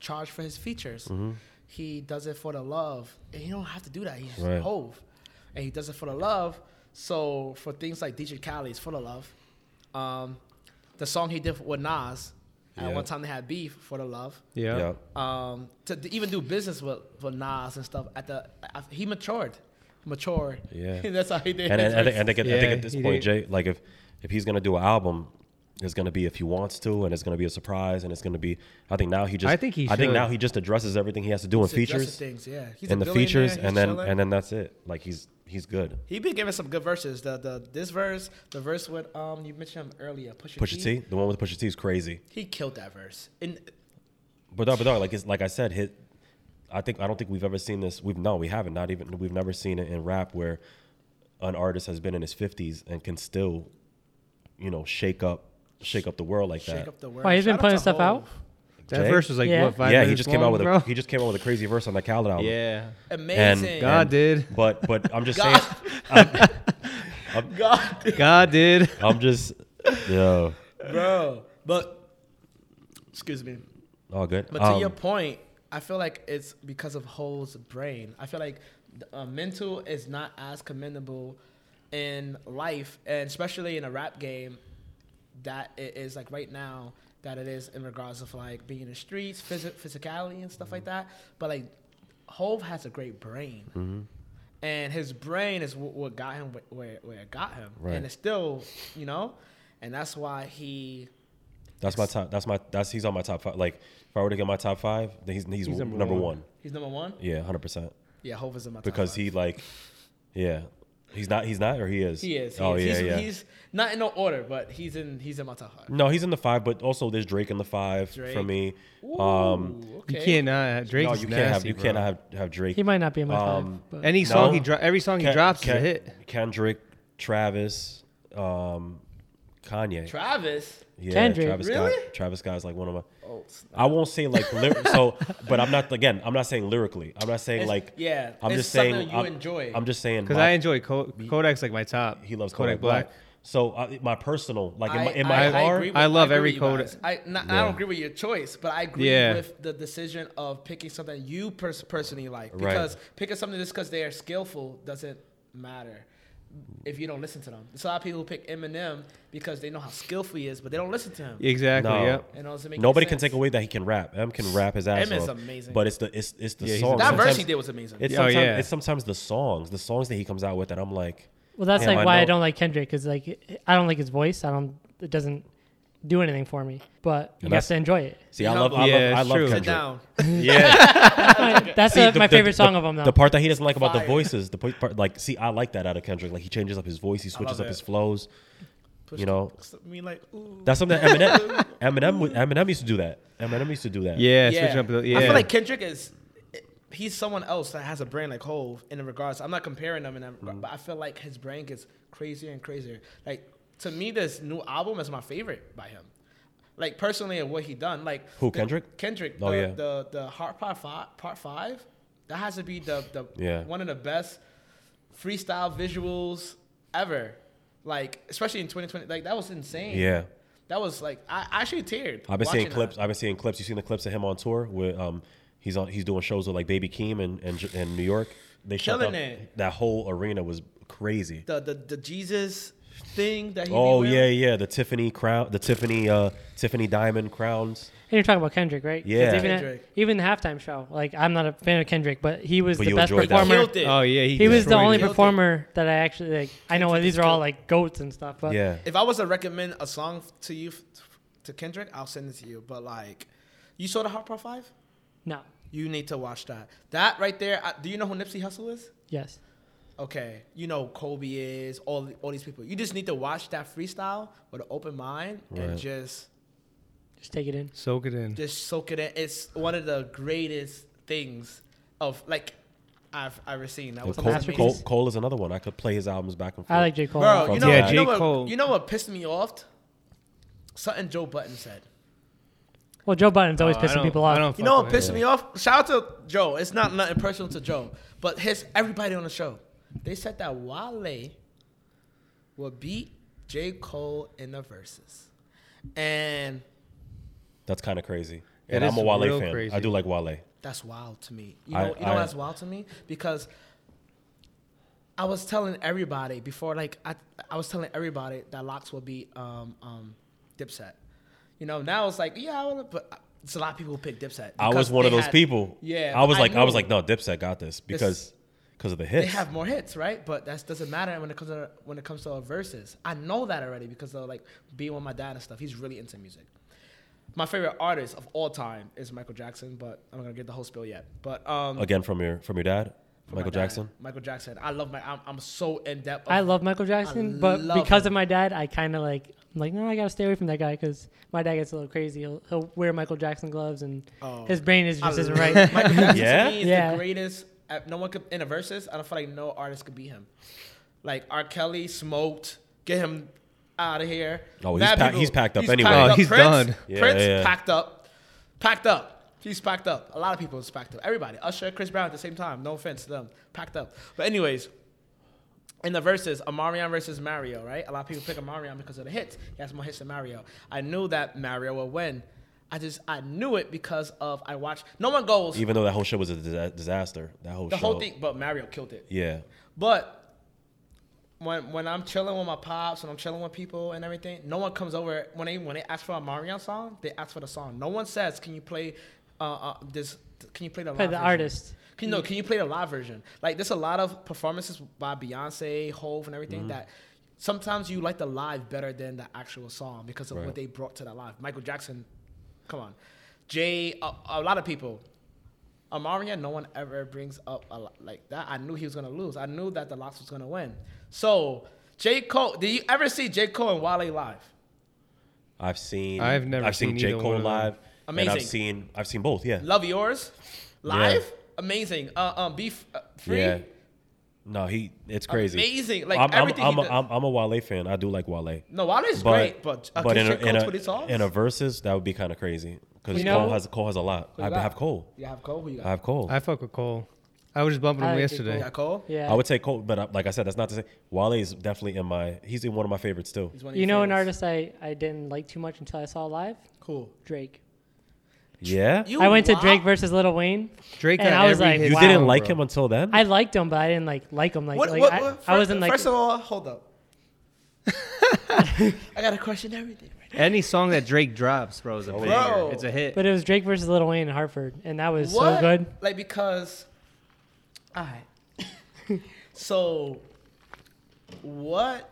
S6: charge for his features.
S4: Mm-hmm.
S6: He does it for the love, and he don't have to do that. He's
S4: Right.
S6: Hove, and he does it for the love. So for things like DJ Khaled's for the love, um, the song he did with Nas. At
S4: Yeah.
S6: one time they had beef for the love
S3: Yeah.
S4: yeah.
S6: um, to, to even do business with, with Nas and stuff. At the I, he matured, matured.
S4: Yeah.
S6: (laughs) that's how
S3: (laughs)
S6: he did.
S4: and,
S6: his
S4: and, and, I think- I
S6: business.
S4: think, I think
S3: Yeah,
S4: at this
S3: he
S4: point, Jay, like if if he's gonna do an album, it's gonna be if he wants to, and it's gonna be a surprise, and it's gonna be. I think now he just.
S3: I think he
S4: I think
S3: should.
S4: now he just addresses everything he has to do in
S6: He's addressing
S4: features,
S6: things, yeah. He's a
S4: in the
S6: billionaire,
S4: features,
S6: he's
S4: and then
S6: chilling.
S4: and then that's it. Like he's he's good.
S6: he been giving some good verses. The the this verse, the verse with um you mentioned him earlier, Pusha,
S4: Pusha T, the one with Pusha T is crazy.
S6: He killed that verse. And
S4: But no, but no, like it's like I said, hit. I think I don't think we've ever seen this. We've no, we haven't. Not even we've never seen it in rap where an artist has been in his fifties and can still, you know, shake up shake up the world like
S6: shake
S4: that.
S6: up the world.
S2: Why, he's been
S6: Shout out
S2: putting
S6: to
S2: stuff out?
S6: Hov.
S3: That
S4: Jay?
S3: verse was like
S2: Yeah.
S3: what five
S4: yeah,
S3: minutes
S4: he just came
S3: long,
S4: out with
S3: bro?
S4: a he just came out with a crazy verse on the Khaled album.
S3: yeah.
S4: And-
S6: Amazing.
S3: God
S4: and-
S3: did.
S4: But but I'm just
S6: (laughs) God.
S4: saying
S6: (laughs) God,
S3: God did.
S4: I'm just yo
S6: bro. But excuse me.
S4: all good.
S6: But to
S4: Um,
S6: your point, I feel like it's because of Hole's brain. I feel like the, uh, mental is not as commendable in life, and especially in a rap game, that it is like right now that it is in regards of like being in the streets, phys- physicality, and stuff like
S4: Mm-hmm.
S6: that. But like, Hove has a great brain. And his brain is what, what got him wh- where, where it got him.
S4: Right.
S6: And it's still, you know, and that's why he
S4: that's my top. That's my that's he's on my top five. Like if I were to get my top five, then he's he's, number,
S3: number
S4: one.
S3: one.
S6: he's number one.
S4: Yeah, hundred percent.
S6: Yeah, Hove is in my top
S4: Because
S6: five.
S4: he like yeah, he's not he's not or he is.
S6: He is. He
S4: oh
S6: is.
S4: yeah
S6: he's,
S4: yeah.
S6: he's not in no order, but he's in he's in my top five.
S4: no, he's in the five, but also there's Drake in the five for
S6: Drake.
S4: me.
S6: Ooh,
S4: um,
S6: okay.
S3: You cannot. Drake
S4: no,
S3: is
S4: you
S3: nasty,
S4: can't have you
S3: bro.
S4: cannot have have Drake.
S2: He might not be in my
S4: Um,
S2: five. But.
S3: Any song he
S4: No.
S3: dro- every song he
S4: Ken-
S3: drops
S4: Ken-
S3: is a hit.
S4: Kendrick, Travis, um, Kanye.
S6: Travis.
S4: Yeah,
S2: Kendrick.
S4: Travis
S6: Really?
S4: Scott. Travis Scott is like one of my.
S6: Oh,
S4: I won't say like
S6: (laughs)
S4: lyric. so, but I'm not again. I'm not saying lyrically. I'm not saying
S6: It's-
S4: like.
S6: yeah,
S4: I'm
S6: it's
S4: just saying
S6: something you
S4: I'm,
S6: enjoy.
S4: I'm just saying
S3: Because
S4: my-
S3: I enjoy Ko- Kodak's like my top.
S4: he loves
S3: Kodak,
S4: Kodak, Black. So I, my personal like in my, in my car.
S6: agree with-
S3: I love
S6: agree
S3: every
S6: with you guys.
S3: Kodak.
S6: I, not, I
S4: Yeah.
S6: don't agree with your choice, but I agree
S3: Yeah.
S6: with the decision of picking something you pers- personally like.
S4: Right.
S6: Because picking something just because they are skillful doesn't matter if you don't listen to them. There's a lot of people who pick Eminem because they know how skillful he is, but they don't listen to him.
S3: Exactly.
S4: No.
S3: Yep.
S6: And it doesn't make any
S4: Nobody can
S6: sense.
S4: take away that he can rap. M can rap his ass
S6: M is
S4: off,
S6: amazing.
S4: But it's the it's it's the
S3: Yeah, he's
S4: songs.
S3: amazing.
S6: That verse
S4: Sometimes-
S6: he did was amazing.
S4: It's
S3: Oh,
S4: sometimes,
S3: yeah.
S4: it's sometimes the songs, the songs that he comes out with that I'm like,
S2: Well, that's
S4: Damn,
S2: like
S4: I
S2: why I,
S4: know-
S2: don't like Kendrick because like I don't like his voice. I don't. It doesn't. do anything for me, but you have
S4: that's-
S2: to enjoy
S3: (laughs)
S2: it.
S4: See, I love, I
S3: Yeah,
S4: love, I
S3: it's
S4: love
S3: true.
S6: Sit
S4: Kendrick.
S6: down.
S4: Yeah,
S2: That's
S4: See,
S2: uh,
S4: the-
S2: my
S4: the-
S2: favorite
S4: the-
S2: song of him, though.
S4: The part that he doesn't like about the
S6: Fire.
S4: voices, the po- part like, see, I like that out of Kendrick. Like he changes up his voice, he switches
S6: love
S4: up
S6: it.
S4: his flows.
S6: Push
S4: You know,
S6: I mean, like, ooh.
S4: that's something that Eminem,
S6: (laughs)
S4: Eminem, would- Eminem used to do that. Eminem used to do that.
S3: Yeah, switching up. The, yeah.
S6: I feel like Kendrick is he's someone else that has a brain like Hove in regards. I'm not comparing them in that regard, but I feel like his brain gets crazier and crazier. Like to me, this new album is my favorite by him. Like personally, and what he done, like
S4: Who,
S6: the-
S4: Kendrick?
S6: Kendrick.
S4: Oh,
S6: the,
S4: yeah.
S6: the the Heart Part Five, Part Five, that has to be the the
S4: Yeah.
S6: one of the best freestyle visuals ever. Like especially in 2020, like that was insane.
S4: yeah.
S6: that was like I, I actually teared.
S4: I've been
S6: watching
S4: seeing
S6: that.
S4: clips. I've been seeing clips. You seen the clips of him on tour where um he's on he's doing shows with like Baby Keem and and, J- and New York. They shut
S6: Killing
S4: down-
S6: it.
S4: That whole arena was crazy.
S6: the the, the Jesus thing that he be
S4: Oh
S6: wearing.
S4: yeah, yeah. The Tiffany crown, the Tiffany uh Tiffany diamond crowns.
S2: And you're talking about Kendrick, right? 'Cause
S4: Yeah.
S2: Even, at-
S6: Kendrick.
S2: even the halftime show, like I'm not a fan of Kendrick, but he was
S4: But
S2: the
S4: you
S2: best
S4: enjoyed that.
S2: performer.
S6: Killed it.
S3: oh yeah, he,
S2: He was the
S3: destroyed
S2: only
S3: it.
S6: Killed it.
S2: performer that I actually like. I know these are all like goats and stuff, but
S4: Yeah.
S6: If I was to recommend a song to you to Kendrick, I'll send it to you. But like, you saw the Hot Part Five?
S2: no,
S6: You need to watch that. That right there. I, do you know who Nipsey Hussle is?
S2: yes,
S6: Okay, you know who Kobe is all all these people. You just need to watch that freestyle with an open mind
S4: Right.
S6: and just
S2: just take it in.
S3: Soak it in.
S6: just soak it in. It's one of the greatest things of like I've ever seen. That
S4: And
S6: was
S4: Cole,
S6: amazing.
S2: masterpiece.
S4: Cole, Cole is another one. I could play his albums back and forth.
S2: I like J Cole. a lot.
S6: Bro, you know,
S4: Yeah,
S6: you,
S3: J.
S6: know what,
S3: Cole.
S6: you know what pissed me off? Something Joe Button said.
S2: well, Joe Budden's always
S3: Oh, I
S2: pissing
S3: don't-
S2: people off.
S3: I don't
S6: You know
S3: fuck with
S6: what pissed
S3: him.
S6: me off? Shout out to Joe. It's not nothing personal to Joe, but his everybody on the show. They said that Wale will beat J. Cole in the verses. And
S4: That's kind of crazy.
S3: It
S4: And I'm
S3: is
S4: a Wale
S3: real
S4: fan. I
S3: crazy.
S4: do like Wale.
S6: That's wild to me. You know,
S4: I-
S6: you know
S4: I-
S6: that's wild to me because I was telling everybody before, like I, I was telling everybody that locks will be um, um, Dipset. You know, now it's like yeah, I would, but I- it's a lot of people who pick Dipset.
S4: I was
S6: because
S4: one of
S6: they
S4: those
S6: had-
S4: people.
S6: Yeah,
S4: I was like, I, was
S6: knew
S4: like, no, Dipset got this because because of the
S6: They
S4: hits.
S6: have more hits, right? But that doesn't matter when it comes to when it comes to our verses. I know that already because of like being with my dad and stuff. He's really into music. My favorite artist of all time is Michael Jackson, but I'm not gonna get the whole spiel yet. But um,
S4: Again, from your from your dad,
S6: from
S4: Michael
S6: my dad.
S4: Jackson.
S6: Michael Jackson. I love my. I'm, I'm so in depth.
S2: I love Michael Jackson, but
S6: love
S2: because
S6: him.
S2: of my dad, I kind of like I'm like no, I gotta stay away from that guy because my dad gets a little crazy. He'll, he'll wear Michael Jackson gloves, and
S6: Oh,
S2: his brain is just isn't right.
S6: Michael Jackson
S4: Yeah?
S6: to me is
S2: Yeah.
S6: the greatest. uh, No one could in a versus. I don't feel like no artist could beat him. Like R. Kelly smoked. Get him out of here.
S4: Oh, he's
S6: Mad
S4: pack-
S6: people-
S4: he's packed up anyway.
S3: Oh, he's
S6: Prince,
S3: done.
S4: Yeah,
S6: Prince
S4: yeah.
S6: packed up. Packed up. He's packed up. A lot of people is packed up. Everybody. Usher, Chris Brown at the same time. No offense to them. Packed up. But anyways, in the verses, Amarion versus Mario, right? A lot of people pick Amarion because of the hits. He has more hits than Mario. I knew that Mario would win. I just I knew it because of I watched. No one goes
S4: Even though that whole show was a disa- disaster, that whole
S6: the
S4: show.
S6: whole thing, but Mario killed it.
S4: Yeah,
S6: But when when I'm chilling with my pops and I'm chilling with people and everything, no one comes over when they when they ask for a Marion song, they ask for the song. No one says, "Can you play uh, uh this? Can you play the
S2: Play
S6: live
S2: the
S6: version?"
S2: artist.
S6: Can you know? Can you play the live version? Like there's a lot of performances by Beyonce, Hove, and everything that. Sometimes you like the live better than the actual song because of what
S4: Right.
S6: they brought to that live. Michael Jackson, come on, Jay, a, a lot of people. Amaria, no one ever brings up a lot like that. I knew he was gonna lose. I knew that the Locks was gonna win. So J Cole, did you ever see J Cole and Wale live?
S4: I've seen.
S3: I've never seen
S4: J
S3: either
S4: Cole
S3: one of them.
S4: live. And I've
S6: Amazing.
S4: seen I've seen both. Yeah.
S6: Love yours, live, amazing. Uh, um, beef uh, free.
S4: Yeah. No, he. It's crazy.
S6: Amazing, like,
S4: I'm, I'm,
S6: everything he
S4: I'm, a,
S6: did.
S4: I'm, I'm a Wale fan. I do like Wale.
S6: No, Wale is great, but, uh,
S4: in, a,
S6: Kendrick
S4: in,
S6: Cole's with his
S4: a,
S6: songs?
S4: in a versus that would be kind of crazy because
S2: You
S4: Cole
S2: know-
S4: has Cole has a lot.
S6: you
S4: I
S6: got?
S4: have Cole.
S6: You have Cole. Who you got?
S4: I have Cole.
S3: I fuck with Cole. I was just bumping
S2: I
S3: him
S2: like J.
S3: yesterday.
S6: you got Cole.
S2: (laughs) Yeah,
S4: I would say Cole, but uh, like I said, that's not to say Wale is definitely in my. He's in one of my favorites too.
S6: He's one of
S2: you
S6: your
S2: know an
S6: favorites.
S2: artist I I didn't like too much until I saw live
S6: Cool.
S2: Drake.
S4: Yeah, you,
S6: You
S2: I went to
S6: wow.
S2: Drake versus Lil Wayne.
S3: Drake
S2: And
S3: got
S2: I was
S3: every
S2: like,
S3: hit
S2: wow.
S4: didn't
S3: song,
S4: like
S3: bro.
S4: him until then.
S2: I liked him, but I didn't like like him. Like,
S6: What,
S2: like
S6: what,
S2: I,
S6: what-
S2: I wasn't like
S6: First of all, hold up. (laughs) I gotta question everything. Right
S7: Any song that Drake drops, bro, is a banger.
S6: Bro.
S7: It's a hit.
S2: But it was Drake versus Lil Wayne in Hartford, and that was so good.
S6: Like because, all right. so, what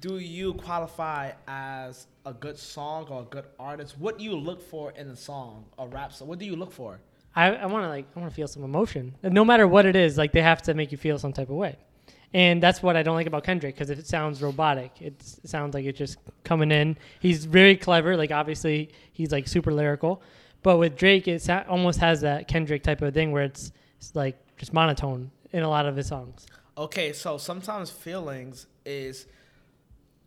S6: do you qualify as a good song or a good artist? What do you look for in a song, a rap song? What do you look for?
S2: I, I want to like I want to feel some emotion. And no matter what it is, like they have to make you feel some type of way. And that's what I don't like about Kendrick because it sounds robotic. It's, it sounds like it's just coming in. He's very clever. Like obviously he's like super lyrical, but with Drake, it sa- almost has that Kendrick type of thing where it's, it's like just monotone in a lot of his songs.
S6: Okay, so sometimes feelings is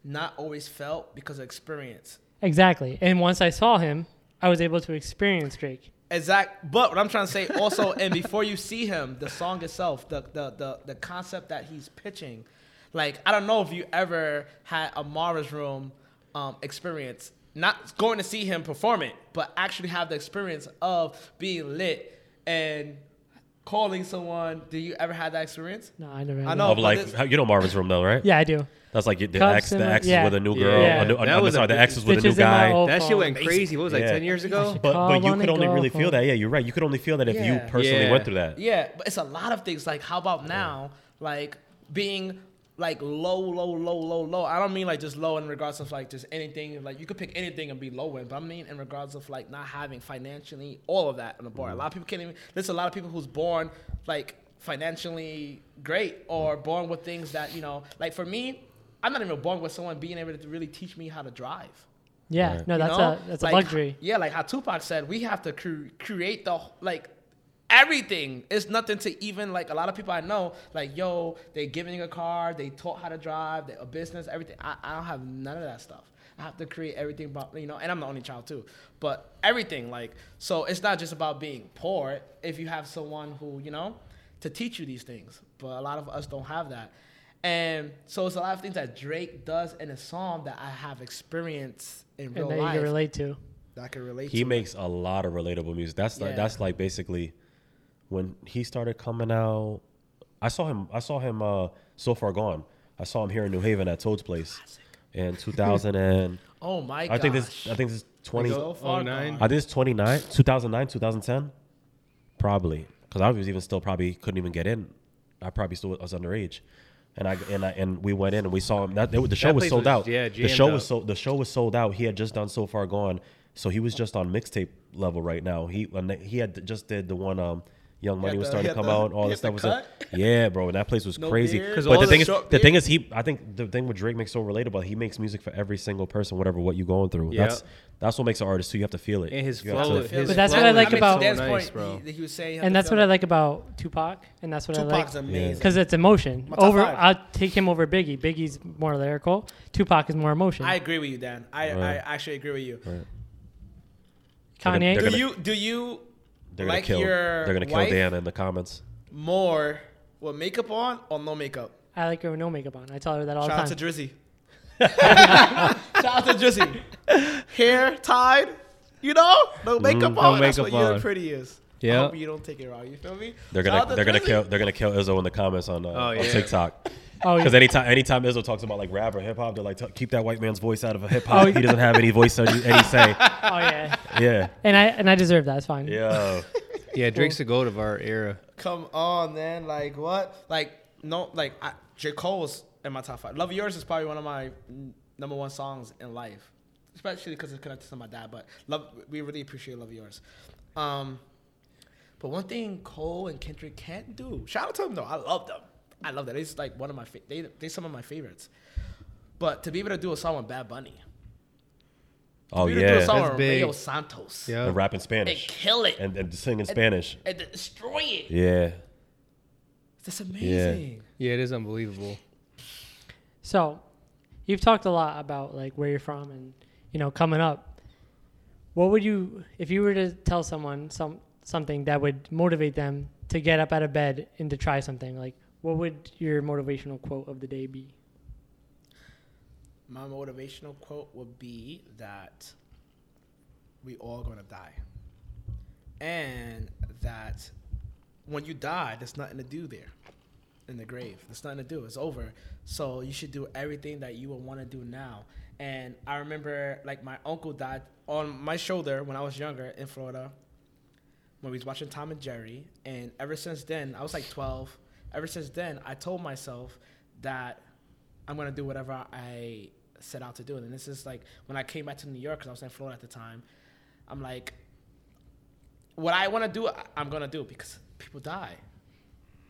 S6: not always felt because of experience.
S2: Exactly. And once I saw him, I was able to experience Drake.
S6: Exact. But what I'm trying to say also, and before you see him, the song itself, the the the, the concept that he's pitching, like I don't know if you ever had a Mara's Room um, experience, not going to see him perform it, but actually have the experience of being lit and calling someone. Do you ever have that experience?
S2: No, I never. Had
S6: I
S2: that.
S6: know.
S4: Of
S6: but
S4: like,
S6: this-
S4: how- you know Marvin's room though, right?
S2: Yeah, I do.
S4: That's like the
S2: Cuffs
S4: ex,
S2: in
S4: the
S2: my-
S4: ex
S2: yeah.
S4: with a new
S3: Yeah.
S4: girl.
S2: Yeah.
S4: A new, a,
S3: That
S4: I'm
S3: was a
S4: sorry, the
S3: bitch-
S4: ex is with a new
S2: bitches in my
S4: guy.
S2: old-
S3: That shit
S2: Fall.
S3: went crazy. What was that?
S4: Yeah.
S3: Ten years
S2: (laughs)
S3: ago.
S4: But
S2: Call
S4: but you
S2: on
S4: could
S2: a
S4: only really feel
S2: girlfriend.
S4: that. Yeah, you're right. You could only feel that if you
S6: Yeah.
S4: personally
S3: Yeah.
S4: went through that.
S6: Yeah, but it's a lot of things like how about now, like being like low, low, low, low, low. I don't mean like just low in regards of like just anything. Like you could pick anything and be low in, but I mean in regards of like not having financially all of that on the bar.
S2: Mm-hmm.
S6: A lot of people can't even. There's a lot of people who's born like financially great or
S2: Mm-hmm.
S6: born with things that you know. Like for me, I'm not even born with someone being able to really teach me how to drive.
S2: Yeah,
S4: Right.
S2: no,
S6: You
S2: that's
S6: know?
S2: a that's
S6: Like,
S2: a luxury.
S6: Yeah, like how Tupac said, we have to cre- create the wh- like everything. It's nothing to even like a lot of people I know like yo, they giving you a car, they taught how to drive, they, a business, everything. I, I don't have none of that stuff. I have to create everything about you know, and I'm the only child too. But everything like so, it's not just about being poor. If you have someone who you know to teach you these things, but a lot of us don't have that. And so it's a lot of things that Drake does in a song that I have experienced in real
S2: and that you
S6: life
S2: can relate to.
S6: that I can relate
S4: He
S6: to.
S4: makes a lot of relatable music. That's like
S6: Yeah.
S4: that's like basically when he started coming out. I saw him. I saw him. Uh, so far gone. I saw him here in New Haven at Toad's place in 2000 and
S6: (laughs) oh my god!
S4: I think this. I think this is 20.
S6: so far
S3: 09.
S6: gone.
S4: I think it's 29, 2009, 2010, probably. Because I was even still probably couldn't even get in. I probably still was underage, and I and I and we went in and we saw him. That, it was- the show was
S3: place
S4: sold
S3: was-
S4: out.
S3: yeah,
S4: the
S3: jammed
S4: show was
S3: up.
S4: so the show was sold out. He had just done so far gone, so he was just on mixtape level right now. He and he had just did the one. um Young Money
S6: had
S4: was
S6: the-
S4: starting
S6: he
S4: to
S6: had
S4: come out.
S6: the-
S4: All
S6: he
S4: this
S6: had
S4: stuff
S6: the
S4: was, a, yeah, bro. And that place was
S6: No
S4: crazy.
S6: beard. 'Cause
S4: But
S3: all
S4: the
S3: the
S4: thing is,
S3: short
S4: the thing is, he. I think the thing with Drake makes so relatable. He makes music for every single person, whatever what you're going through.
S3: Yeah.
S4: That's that's what makes an artist too. You have to feel it.
S3: And his
S4: You have
S3: flow-
S4: to-
S3: his
S2: But that's what I
S3: flow
S2: like
S3: was
S2: about-
S3: so
S6: Dan's
S3: nice,
S6: point,
S3: bro.
S6: he, he was saying,
S2: And that's what I like about Tupac, and that's what I like.
S6: Tupac's amazing.
S2: Because it's emotion.
S6: My top
S2: Over,
S6: five.
S2: I'll take him over Biggie. Biggie's more lyrical. Tupac is more emotion.
S6: I agree with you, Dan. I, I actually agree with you.
S4: They're gonna-
S2: Kanye.
S4: they're
S6: Do
S4: gonna-
S6: you do you
S4: They're
S6: like
S4: gonna kill.
S6: your
S4: They're gonna kill
S6: wife
S4: Dan in the comments.
S6: more with makeup on or no makeup?
S2: I like her with no makeup on. I tell her that all
S6: Shout out
S2: the
S6: to
S2: time. (laughs)
S6: Drizzy. Shout out to Drizzy. Hair tied, you know, no
S2: Mm,
S6: makeup on. that's
S3: makeup
S6: what you're
S3: on.
S6: pretty is.
S3: Yeah.
S6: I hope you don't take it wrong. You feel me?
S4: They're
S6: Shout out
S4: gonna
S6: to
S4: they're gonna
S6: Drizzy.
S4: kill they're gonna kill Izzo in the comments on, uh, on
S3: yeah. (laughs)
S4: TikTok.
S2: Oh,
S4: Because
S2: yeah.
S4: anytime anytime Izzo talks about like rap or hip hop, they're like "T- keep that white man's voice out of a hip hop.
S2: Oh, yeah.
S4: he doesn't have any voice any, any say.
S2: (laughs) oh yeah.
S4: Yeah,
S2: And I and I deserve that. It's fine.
S6: (laughs)
S4: yeah.
S3: Yeah, Drake's the goat of our era.
S6: Come on, man. Like what? Like no. Like I, J Cole's in my top five. Love Yours is probably one of my n- number one songs in life, especially because it's connected to my dad. But love, we really appreciate Love Yours. Um, but one thing Cole and Kendrick can't do. Shout out to them though. I love them. I love that. It's like one of my fa- they they some of my favorites. But to be able to do a song with Bad Bunny,
S4: Oh
S6: to be able to do a
S4: yeah.
S6: song
S3: That's
S6: with
S3: big.
S6: Romeo Santos,
S3: Yeah.
S4: And rap in
S6: and
S4: Spanish
S6: kill it
S4: and, and sing in Spanish.
S6: and destroy it.
S4: Yeah.
S6: That's amazing.
S3: Yeah, it is unbelievable.
S2: So, you've talked a lot about like where you're from and you know coming up. What would you if you were to tell someone some something that would motivate them to get up out of bed and to try something? Like, what would your motivational quote of the day be?
S6: My motivational quote would be that we all gonna die. And that when you die, there's nothing to do there in the grave. There's nothing to do. It's over. So you should do everything that you would want to do now. And I remember like my uncle died on my shoulder when I was younger in Florida when we was watching Tom and Jerry, and ever since then, I was like 12. Ever since then, I told myself that I'm gonna do whatever I set out to do. And this is like when I came back to New York because I was in Florida at the time. I'm like, what I want to do, I- I'm gonna do because people die.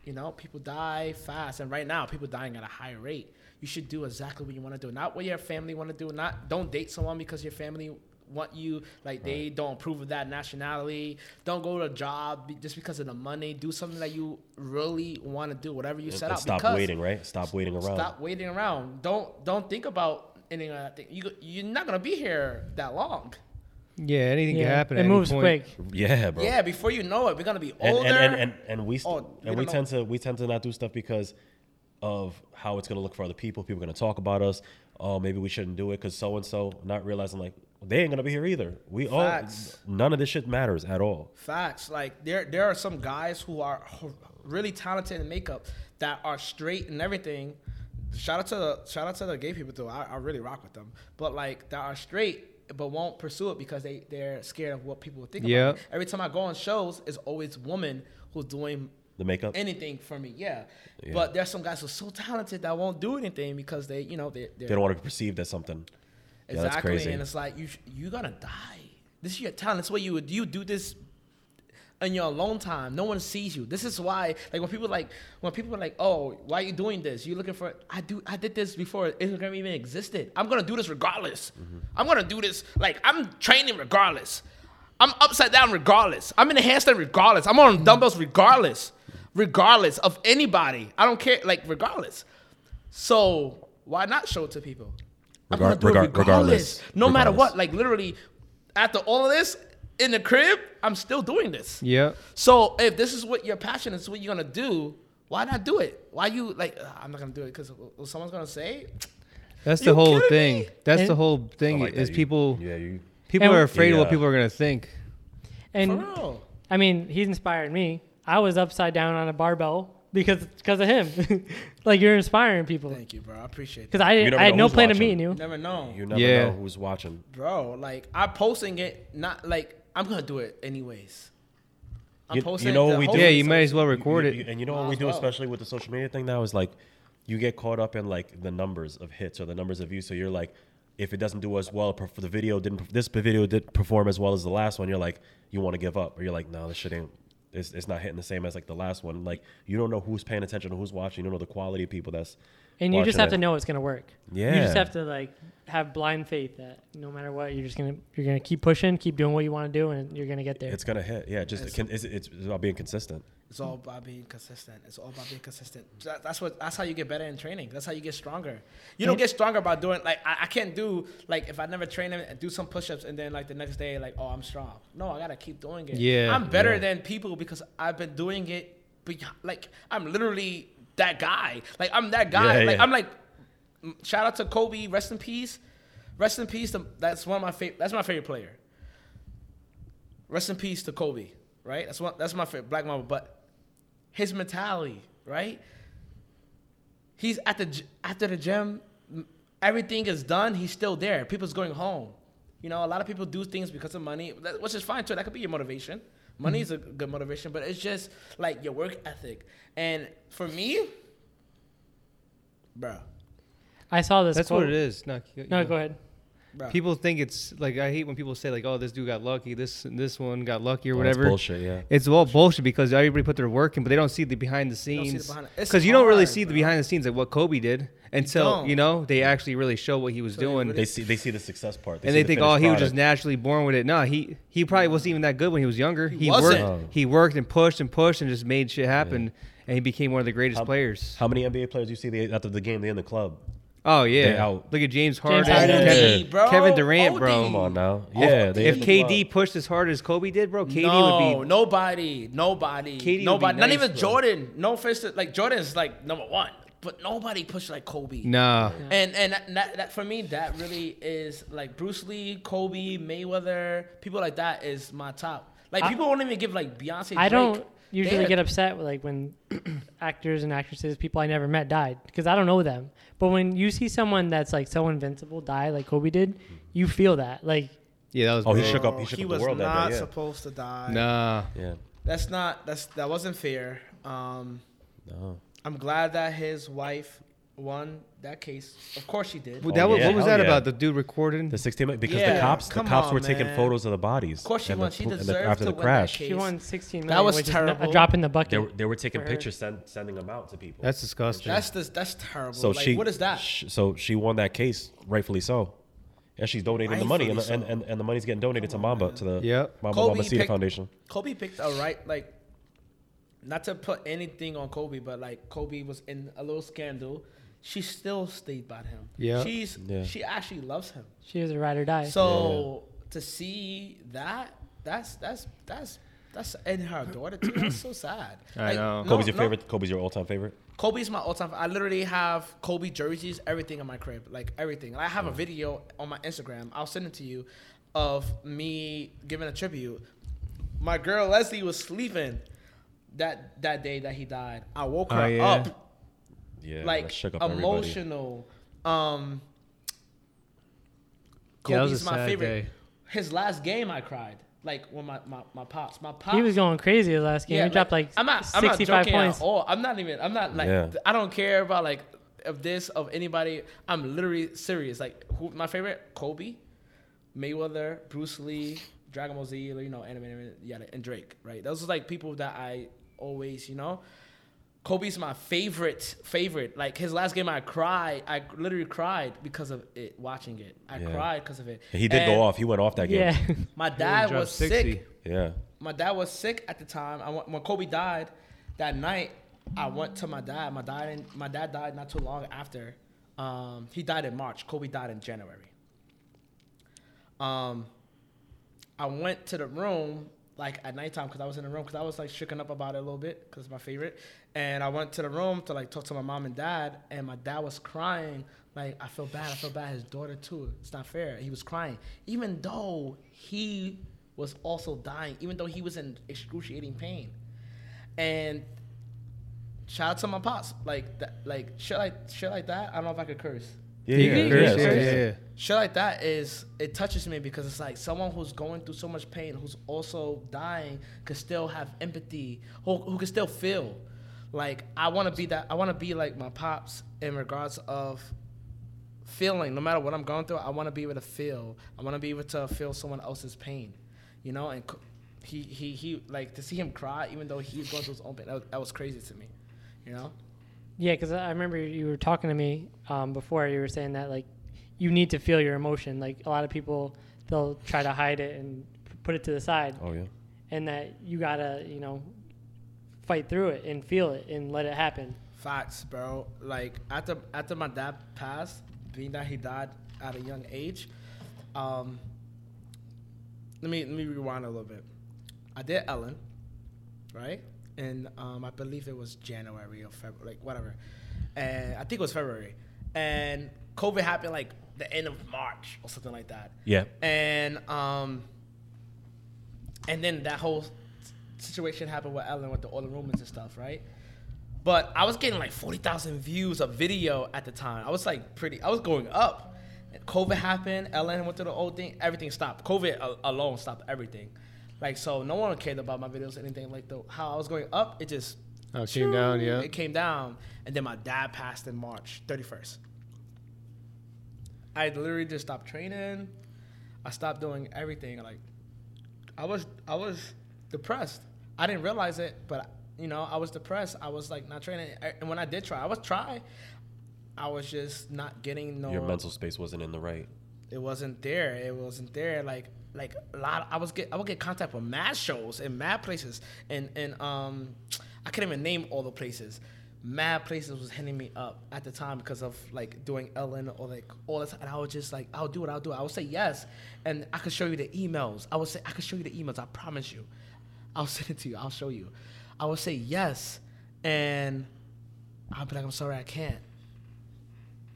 S6: You know, people die fast, and right now, people dying at a high rate. You should do exactly what you want to do, not what your family want to do. Not don't date someone because your family want you like they don't approve of that nationality. Don't go to a job be- just because of the money. Do something that you really want to do, whatever you set
S4: and
S6: out.
S4: stop
S6: because
S4: waiting, right? Stop waiting around.
S6: Stop waiting around. Don't don't think about any of that thing. You you're not gonna be here that long.
S3: Yeah, anything
S2: Yeah.
S3: can happen.
S2: It
S3: at any
S2: moves
S3: point.
S2: quick.
S4: Yeah, bro.
S6: Yeah, before you know it, we're gonna be
S4: and,
S6: older.
S4: and, and, and, and we st-
S6: Oh, we
S4: and we
S6: don't
S4: tend to we tend to not do stuff because of how it's gonna look for other people. People are gonna talk about us. Oh, maybe we shouldn't do it because so and so. Not realizing like they ain't gonna be here either. We
S6: Facts.
S4: all none of this shit matters at all.
S6: Facts. Like there, there are some guys who are ho- really talented in makeup that are straight and everything. Shout out to the shout out to the gay people too. I, I really rock with them. But like that are straight but won't pursue it because they they're scared of what people will think
S3: Yep.
S6: about. it. Every time I go on shows, it's always woman who's doing
S4: The makeup.
S6: anything for me. Yeah. But there's some guys who are so talented that won't do anything because they you know they
S4: they don't want to be perceived as something. Yeah, that's
S6: Exactly,
S4: crazy.
S6: and it's like you sh- you gonna die. This is your talent. That's what you would you do this in your alone time. No one sees you. This is why like when people like when people are like, oh, why are you doing this? You looking for? I do. I did this before Instagram even existed. I'm gonna do this regardless.
S4: Mm-hmm.
S6: I'm gonna do this. Like I'm training regardless. I'm upside down regardless. I'm in a handstand regardless. I'm on dumbbells regardless. Regardless of anybody. I don't care. Like regardless. So why not show it to people? I'm
S4: Regar-
S6: gonna do it
S4: regar- regardless.
S6: No matter
S4: Regardless.
S6: what, like literally, after all of this in the crib, I'm still doing this.
S3: Yep.
S6: So if this is what your passion is, what you're gonna do, why not do it? Why you like? "Ugh, I'm not gonna do it because someone's gonna say.
S3: That's
S6: You
S3: the whole
S6: kidding
S3: thing.
S6: me?
S3: That's
S2: And-
S3: the whole
S4: I
S3: thing
S4: like that.
S3: is
S4: You-
S3: people
S4: Yeah, you.
S3: people
S2: And-
S3: are afraid of what
S4: Yeah.
S3: people are gonna think.
S4: Mm.
S6: For
S2: And
S6: real.
S2: I mean, he's inspired me. I was upside down on a barbell because because of him. (laughs) like you're inspiring people.
S6: Thank you, bro. I appreciate that.
S2: Because I
S4: You
S2: didn't,
S4: never
S2: I had
S4: know
S2: no
S4: who's
S2: plan of
S4: watching.
S2: meeting you.
S6: Never know,
S4: You never
S3: Yeah.
S4: know who's watching.
S6: bro. Like I'm posting it, not like I'm gonna do it anyways. I'm
S4: You- you
S6: posting.
S4: know
S6: the
S4: what we do?
S6: whole-
S3: Yeah,
S4: it's
S3: you might as well record
S4: You-
S3: it.
S4: you- and you know what
S6: Might
S4: we
S6: as
S4: do,
S6: well.
S4: especially with the social media thing now, is like you get caught up in like the numbers of hits or the numbers of views. So you're like, if it doesn't do as well, perf- the video didn't, this video did perform as well as the last one. You're like, you want to give up, or you're like, no, this shit ain't. It's, it's not hitting the same as like the last one. Like you don't know who's paying attention, who's watching. You don't know the quality of people that's.
S2: And you just
S4: watching
S2: have
S4: it.
S2: to know it's gonna work. You
S4: Yeah.
S2: just have to like have blind faith that no matter what, you're just gonna you're gonna keep pushing, keep doing what you want to do, and you're gonna get there.
S4: It's gonna hit. Yeah, just can, it's, it's, it's about being consistent.
S6: It's all about being consistent. It's all about being consistent. That- That's what. That's how you get better in training. That's how you get stronger. You don't get stronger by doing like I, I can't do like if I never train and do some push-ups and then like the next day like oh I'm strong. No, I gotta keep doing it.
S3: Yeah,
S6: I'm better
S4: yeah.
S6: than people because I've been doing it. Be- like I'm literally that guy. Like I'm that guy.
S4: Yeah,
S6: like
S4: yeah.
S6: I'm like m- shout out to Kobe. Rest in peace. Rest in peace. To, that's one of my favorite. That's my favorite player rest in peace to Kobe, right? That's one, that's my favorite black mama, but his mentality, right? He's at the gy- after the gym, m- everything is done, he's still there. People's going home. You know, a lot of people do things because of money, that, which is fine too. That could be your motivation. Money is a
S3: Mm-hmm.
S6: good motivation, but it's just like your work ethic. And for me, bro,
S2: I saw this.
S3: That's
S2: quote.
S3: what it is. No, you- you
S2: No,
S3: know.
S2: go ahead.
S6: bro.
S3: People think it's like I hate when people say like, "Oh, this dude got lucky. This this one got lucky or
S4: Oh, that's
S3: whatever."
S4: bullshit. Yeah.
S3: It's all bullshit because everybody put their work in, but they don't see the behind the
S6: don't see the
S3: scenes.
S6: behind- it's
S3: Because you don't really
S6: hard,
S3: see the
S6: bro.
S3: behind the scenes like what Kobe did until
S6: don't.
S3: you, know they actually really show what he was doing.
S4: They see they see the success part.
S3: and
S4: see
S3: they
S4: the
S3: think,
S4: finished
S3: oh, he was just
S4: product.
S3: naturally born with it. No, he he probably wasn't even that good when he was younger. He, worked,
S6: wasn't.
S4: No.
S3: he worked and pushed and pushed and just made shit happen, and he became one of the greatest
S4: How-
S3: players.
S4: How many NBA players do you see they, after the game? They in the club.
S3: oh yeah,
S4: out.
S3: look at James Harden,
S2: Harden.
S3: Kevin,
S6: OD, bro.
S3: Kevin Durant,
S6: OD.
S3: bro.
S4: Come on now.
S3: If-
S4: Yeah. they
S3: if
S4: in the
S3: KD
S4: club.
S3: pushed as hard as Kobe did, bro, KD
S6: no,
S3: would be.
S6: nobody, nobody,
S3: KD would be
S6: nobody. Not
S3: nice,
S6: even
S3: bro.
S6: Jordan. No offense to like Jordan's like number one, but nobody pushed like Kobe.
S3: Nah,
S6: And and that, that, that for me that really is like Bruce Lee, Kobe, Mayweather, people like that is my top. Like
S2: I-
S6: people won't even give like Beyonce.
S2: I don't
S6: Drake.
S2: usually
S6: They're-
S2: get upset with like when (clears throat) actors and actresses, people I never met, died because I don't know them. But when you see someone that's like so invincible die, like Kobe did, you feel that. Like
S3: yeah, that was.
S4: Oh, he
S3: bad.
S4: shook up. He shook
S6: He
S4: up
S6: was
S4: the world
S6: not
S4: that day. Yeah.
S6: supposed to die.
S3: Nah,
S4: yeah.
S6: That's not that's that wasn't fair. Um,
S4: No.
S6: I'm glad that his wife won that case. Of course she
S3: that
S6: did.
S3: was,
S4: Oh, yeah.
S3: what was
S4: Hell
S3: that
S4: yeah.
S3: about? The dude recording.
S4: The 16 mi- because
S6: Yeah,
S4: the cops the
S6: come
S4: cops
S6: on,
S4: were taking
S6: man.
S4: photos of the bodies. Of
S6: course she won. She deserved
S4: after
S6: to
S4: the
S6: win that
S4: crash.
S6: case.
S2: She won 16
S6: That
S2: million.
S6: was
S2: which is not-
S6: terrible.
S2: A drop in the bucket.
S4: They were, they were taking
S2: For her.
S4: pictures, send, sending them out to people.
S3: That's disgusting.
S6: that's this, that's terrible.
S4: so
S6: like,
S4: she
S6: what is that?
S4: sh- so she won that case, rightfully so, and she's donating the money, and,
S6: Rightfully
S4: and, and and the money's getting donated to Mamba to the
S3: Yep.
S4: Mamba
S6: Kobe
S4: Mama Cedar
S6: picked-
S4: Foundation.
S6: Kobe picked a right like not to put anything on Kobe, but like Kobe was in a little scandal. She still stayed by him.
S3: Yeah.
S6: She's
S4: Yeah.
S6: she actually loves him.
S2: She was a ride or die.
S6: So to see that, that's that's that's that's and her daughter too. That's so sad.
S7: I know.
S4: Kobe's your
S6: no-
S4: favorite. Kobe's your all-time favorite.
S6: Kobe's my all-time. I literally have Kobe jerseys, everything in my crib, like everything. I
S4: Mm.
S6: have a video on my Instagram. I'll send it to you, of me giving a tribute. My girl Leslie was sleeping that that day that he died. I woke
S7: Oh,
S6: her
S7: yeah.
S6: up
S4: Yeah,
S6: like
S4: that shook up everybody.
S6: emotional. Um,
S7: Yeah, that was
S6: Kobe's
S7: a
S6: my
S7: sad
S6: favorite.
S7: day.
S6: His last game, I cried. Like when my my, my pops, my pops.
S2: he was going crazy the last game. he dropped like
S6: I'm not,
S2: 65
S6: I'm not joking
S2: points.
S6: At all. I'm not even. I'm not like.
S4: Yeah.
S6: th- I don't care about like of this of anybody. I'm literally serious. Like who, my favorite Kobe, Mayweather, Bruce Lee, Dragon Ball Z, you know, anime, anime yada, and Drake. Right. Those are like people that I always, you know. Kobe's my favorite, favorite. Like his last game, I cried. I literally cried because of it, watching it. I
S4: Yeah.
S6: cried because of it.
S4: He did
S6: And
S4: go off. He went off that game.
S2: Yeah.
S6: My dad
S7: dropped
S6: was
S7: 60.
S6: sick
S4: Yeah.
S6: my dad was sick at the time. I went, when Kobe died that night, I went to my dad. My dad and my dad died not too long after. Um, he died in March. Kobe died in January. Um, I went to the room like at nighttime because I was in the room because I was like shooken up about it a little bit because it's my favorite. And I went to the room to like talk to my mom and dad, and my dad was crying. Like I feel bad. I feel bad. His daughter too. It's not fair. He was crying, even though he was also dying, even though he was in excruciating pain. And shout out to my pops, like that, like shit, like shit like that. I don't know if I could curse
S4: Yeah.
S3: You
S4: Yeah.
S3: can
S4: yeah,
S3: curse,
S4: yeah,
S3: yeah,
S4: yeah.
S3: yeah, yeah.
S6: shit like that is it touches me because it's like someone who's going through so much pain who's also dying could still have empathy who, who can still feel like i want to be that i want to be like my pops in regards of feeling no matter what i'm going through i want to be able to feel i want to be able to feel someone else's pain you know and co- he he he like to see him cry even though he was going through his own pain that was, that was crazy to me you know
S2: (laughs) Yeah, because I remember you were talking to me um, before. You were saying that like you need to feel your emotion. Like a lot of people, they'll try to hide it and p- put it to the side,
S4: Oh yeah.
S2: and that you gotta you know fight through it and feel it and let it happen.
S6: Facts, bro. Like after after my dad passed, being that he died at a young age, um, let me let me rewind a little bit. I did Ellen, right? And um, I believe it was January or February, like whatever. And I think it was February. And COVID happened like the end of March or something like that.
S4: Yeah.
S6: And um, and then that whole situation happened with Ellen with the all the rumors and stuff, right? But I was getting like 40,000 views of video at the time. I was like pretty, I was going up. And COVID happened, Ellen went through the old thing, everything stopped. COVID a- alone stopped everything. Like, so no one cared about my videos, anything like the, how I was going up, it just
S3: Oh, came down, yeah.
S6: it came down, and then my dad passed in March 31st. I literally just stopped training. I stopped doing everything. Like, I was I was depressed. I didn't realize it, but you know, I was depressed. I was like not training, I- and when I did try, I was try. I was just not getting no.
S4: Your mental space wasn't in the right.
S6: It wasn't there. It wasn't there. Like like a lot. I was get I would get contact with mad shows and mad places and and um I couldn't even name all the places. Mad places was hitting me up at the time because of like doing Ellen or like all this, and I was just like, I'll do it, I'll do it. I would say yes, and I could show you the emails. I would say I could show you the emails. I promise you, I'll (laughs) send it to you. I'll show you. I would say yes, and I'll be like, I'm sorry, I can't.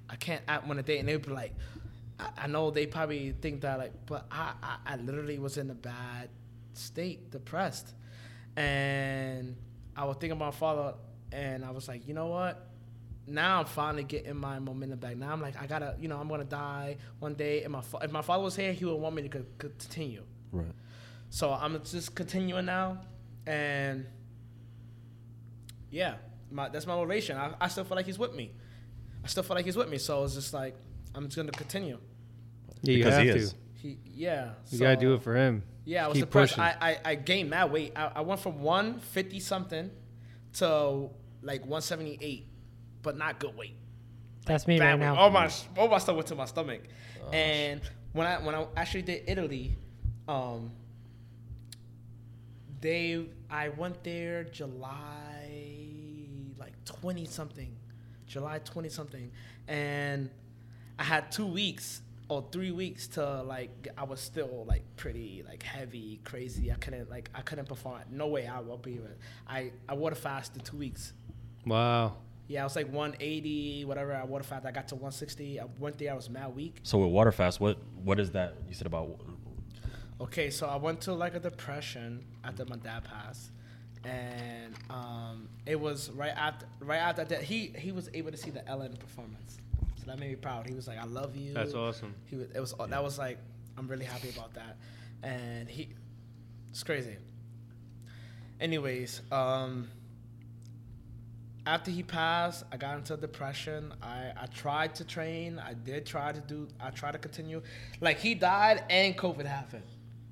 S6: I can't act on a date, and they'd be like, I, I know they probably think that like, but I, I I literally was in a bad state, depressed, and I was thinking about my father, and I was like, you know what? Now I'm finally getting my momentum back. Now I'm like, I gotta, you know, I'm gonna die one day, and my fa- if my father was here, he would want me to co- continue.
S4: Right.
S6: So I'm just continuing now, and yeah, my, that's my relation. I, I still feel like he's with me. I still felt like he's with me. So it's just like I'm just gonna continue.
S3: Yeah, you
S4: Because
S3: have
S4: he
S3: to.
S4: is.
S6: He, yeah.
S3: You gotta
S6: so-
S3: do it for him.
S6: Yeah, I was
S3: Keep
S6: depressed.
S3: pushing.
S6: I, I I gained that weight. I, I went from 150 something to like 178, but not good weight.
S2: That's me
S6: Bad
S2: right
S6: weight.
S2: now.
S6: All my all my stuff went to my stomach. and when I when I actually did Italy, um, they I went there July like 20 something, July 20 something, and I had two weeks or three weeks to like g- I was still like pretty like heavy crazy. I couldn't like I couldn't perform. No way I will be. able- I I water fasted two weeks.
S3: Wow.
S6: Yeah, I was like 180, whatever. I water fast. I got to 160. I went there. I was mad weak.
S4: So with water fast, what what is that you said about?
S6: Okay, so I went to like a depression after my dad passed, and um, it was right after right after that he he was able to see the Ellen performance, so that made me proud. He was like, "I love you."
S3: That's awesome.
S6: He was, it was that was like I'm really happy about that, and he it's crazy. Anyways, um, after he passed, I got into a depression. I, I tried to train. I did try to do. I tried to continue. Like he died and COVID happened,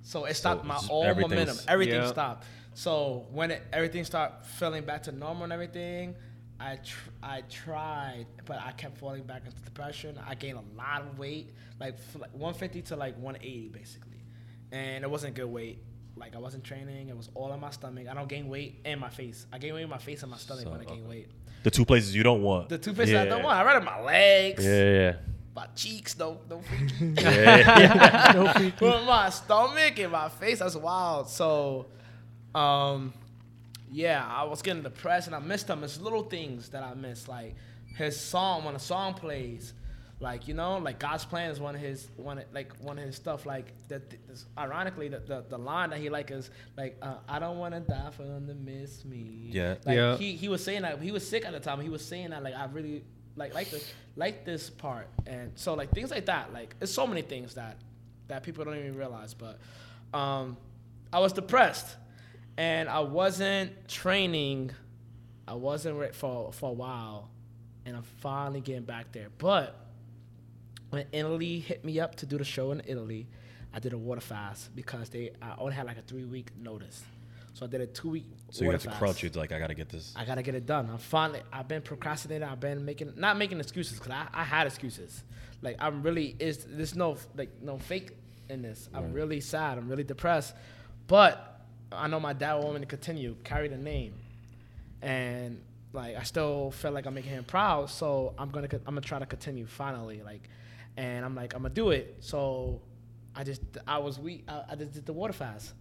S6: so it stopped my
S4: it's-
S6: all momentum.
S4: everything's-
S6: Everything
S3: Yeah.
S6: stopped. So when it, everything started feeling back to normal and everything, I tr- I tried, but I kept falling back into depression. I gained a lot of weight, like f- like 150 to like 180 basically, and it wasn't good weight. Like I wasn't training. It was all on my stomach. I don't gain weight in my face. I gain weight in my face and my stomach when I gain weight.
S4: The two places you don't want.
S6: The two places I don't
S4: Yeah.
S6: want. I rather my legs,
S4: Yeah,
S6: my cheeks, no, no freaky.
S4: yeah, (laughs) yeah. yeah.
S6: but my stomach and my face, that's wild. So, um, yeah, I was getting depressed and I missed him. It's little things that I miss, like his song when a song plays, like you know, like God's plan is one of his one of, like one of his stuff. Like that, this- ironically, the, the the line that he like is like uh, I don't want to die for them to miss me.
S4: Yeah.
S6: like
S3: Yeah.
S6: he he was saying that he was sick at the time. He was saying that like I really like like this like this part, and so like things like that. Like it's so many things that that people don't even realize. But um, I was depressed, and I wasn't training. I wasn't re- for for a while, and I'm finally getting back there. But when Italy hit me up to do the show in Italy, I did a water fast because they I only had like a three week notice, so I did a two week.
S4: So you
S6: water
S4: have to
S6: fast.
S4: crunch. You're like, I gotta get this.
S6: I gotta get it done. I'm finally. I've been procrastinating. I've been making not making excuses because I, I had excuses. Like I'm really is there's no like no fake in this. I'm really sad. I'm really depressed, but I know my dad wanted me to continue carry the name, and like I still feel like I'm making him proud. So I'm gonna co- I'm gonna try to continue finally. Like, and I'm like I'm gonna do it. So I just I was weak. I, I just did the water fast.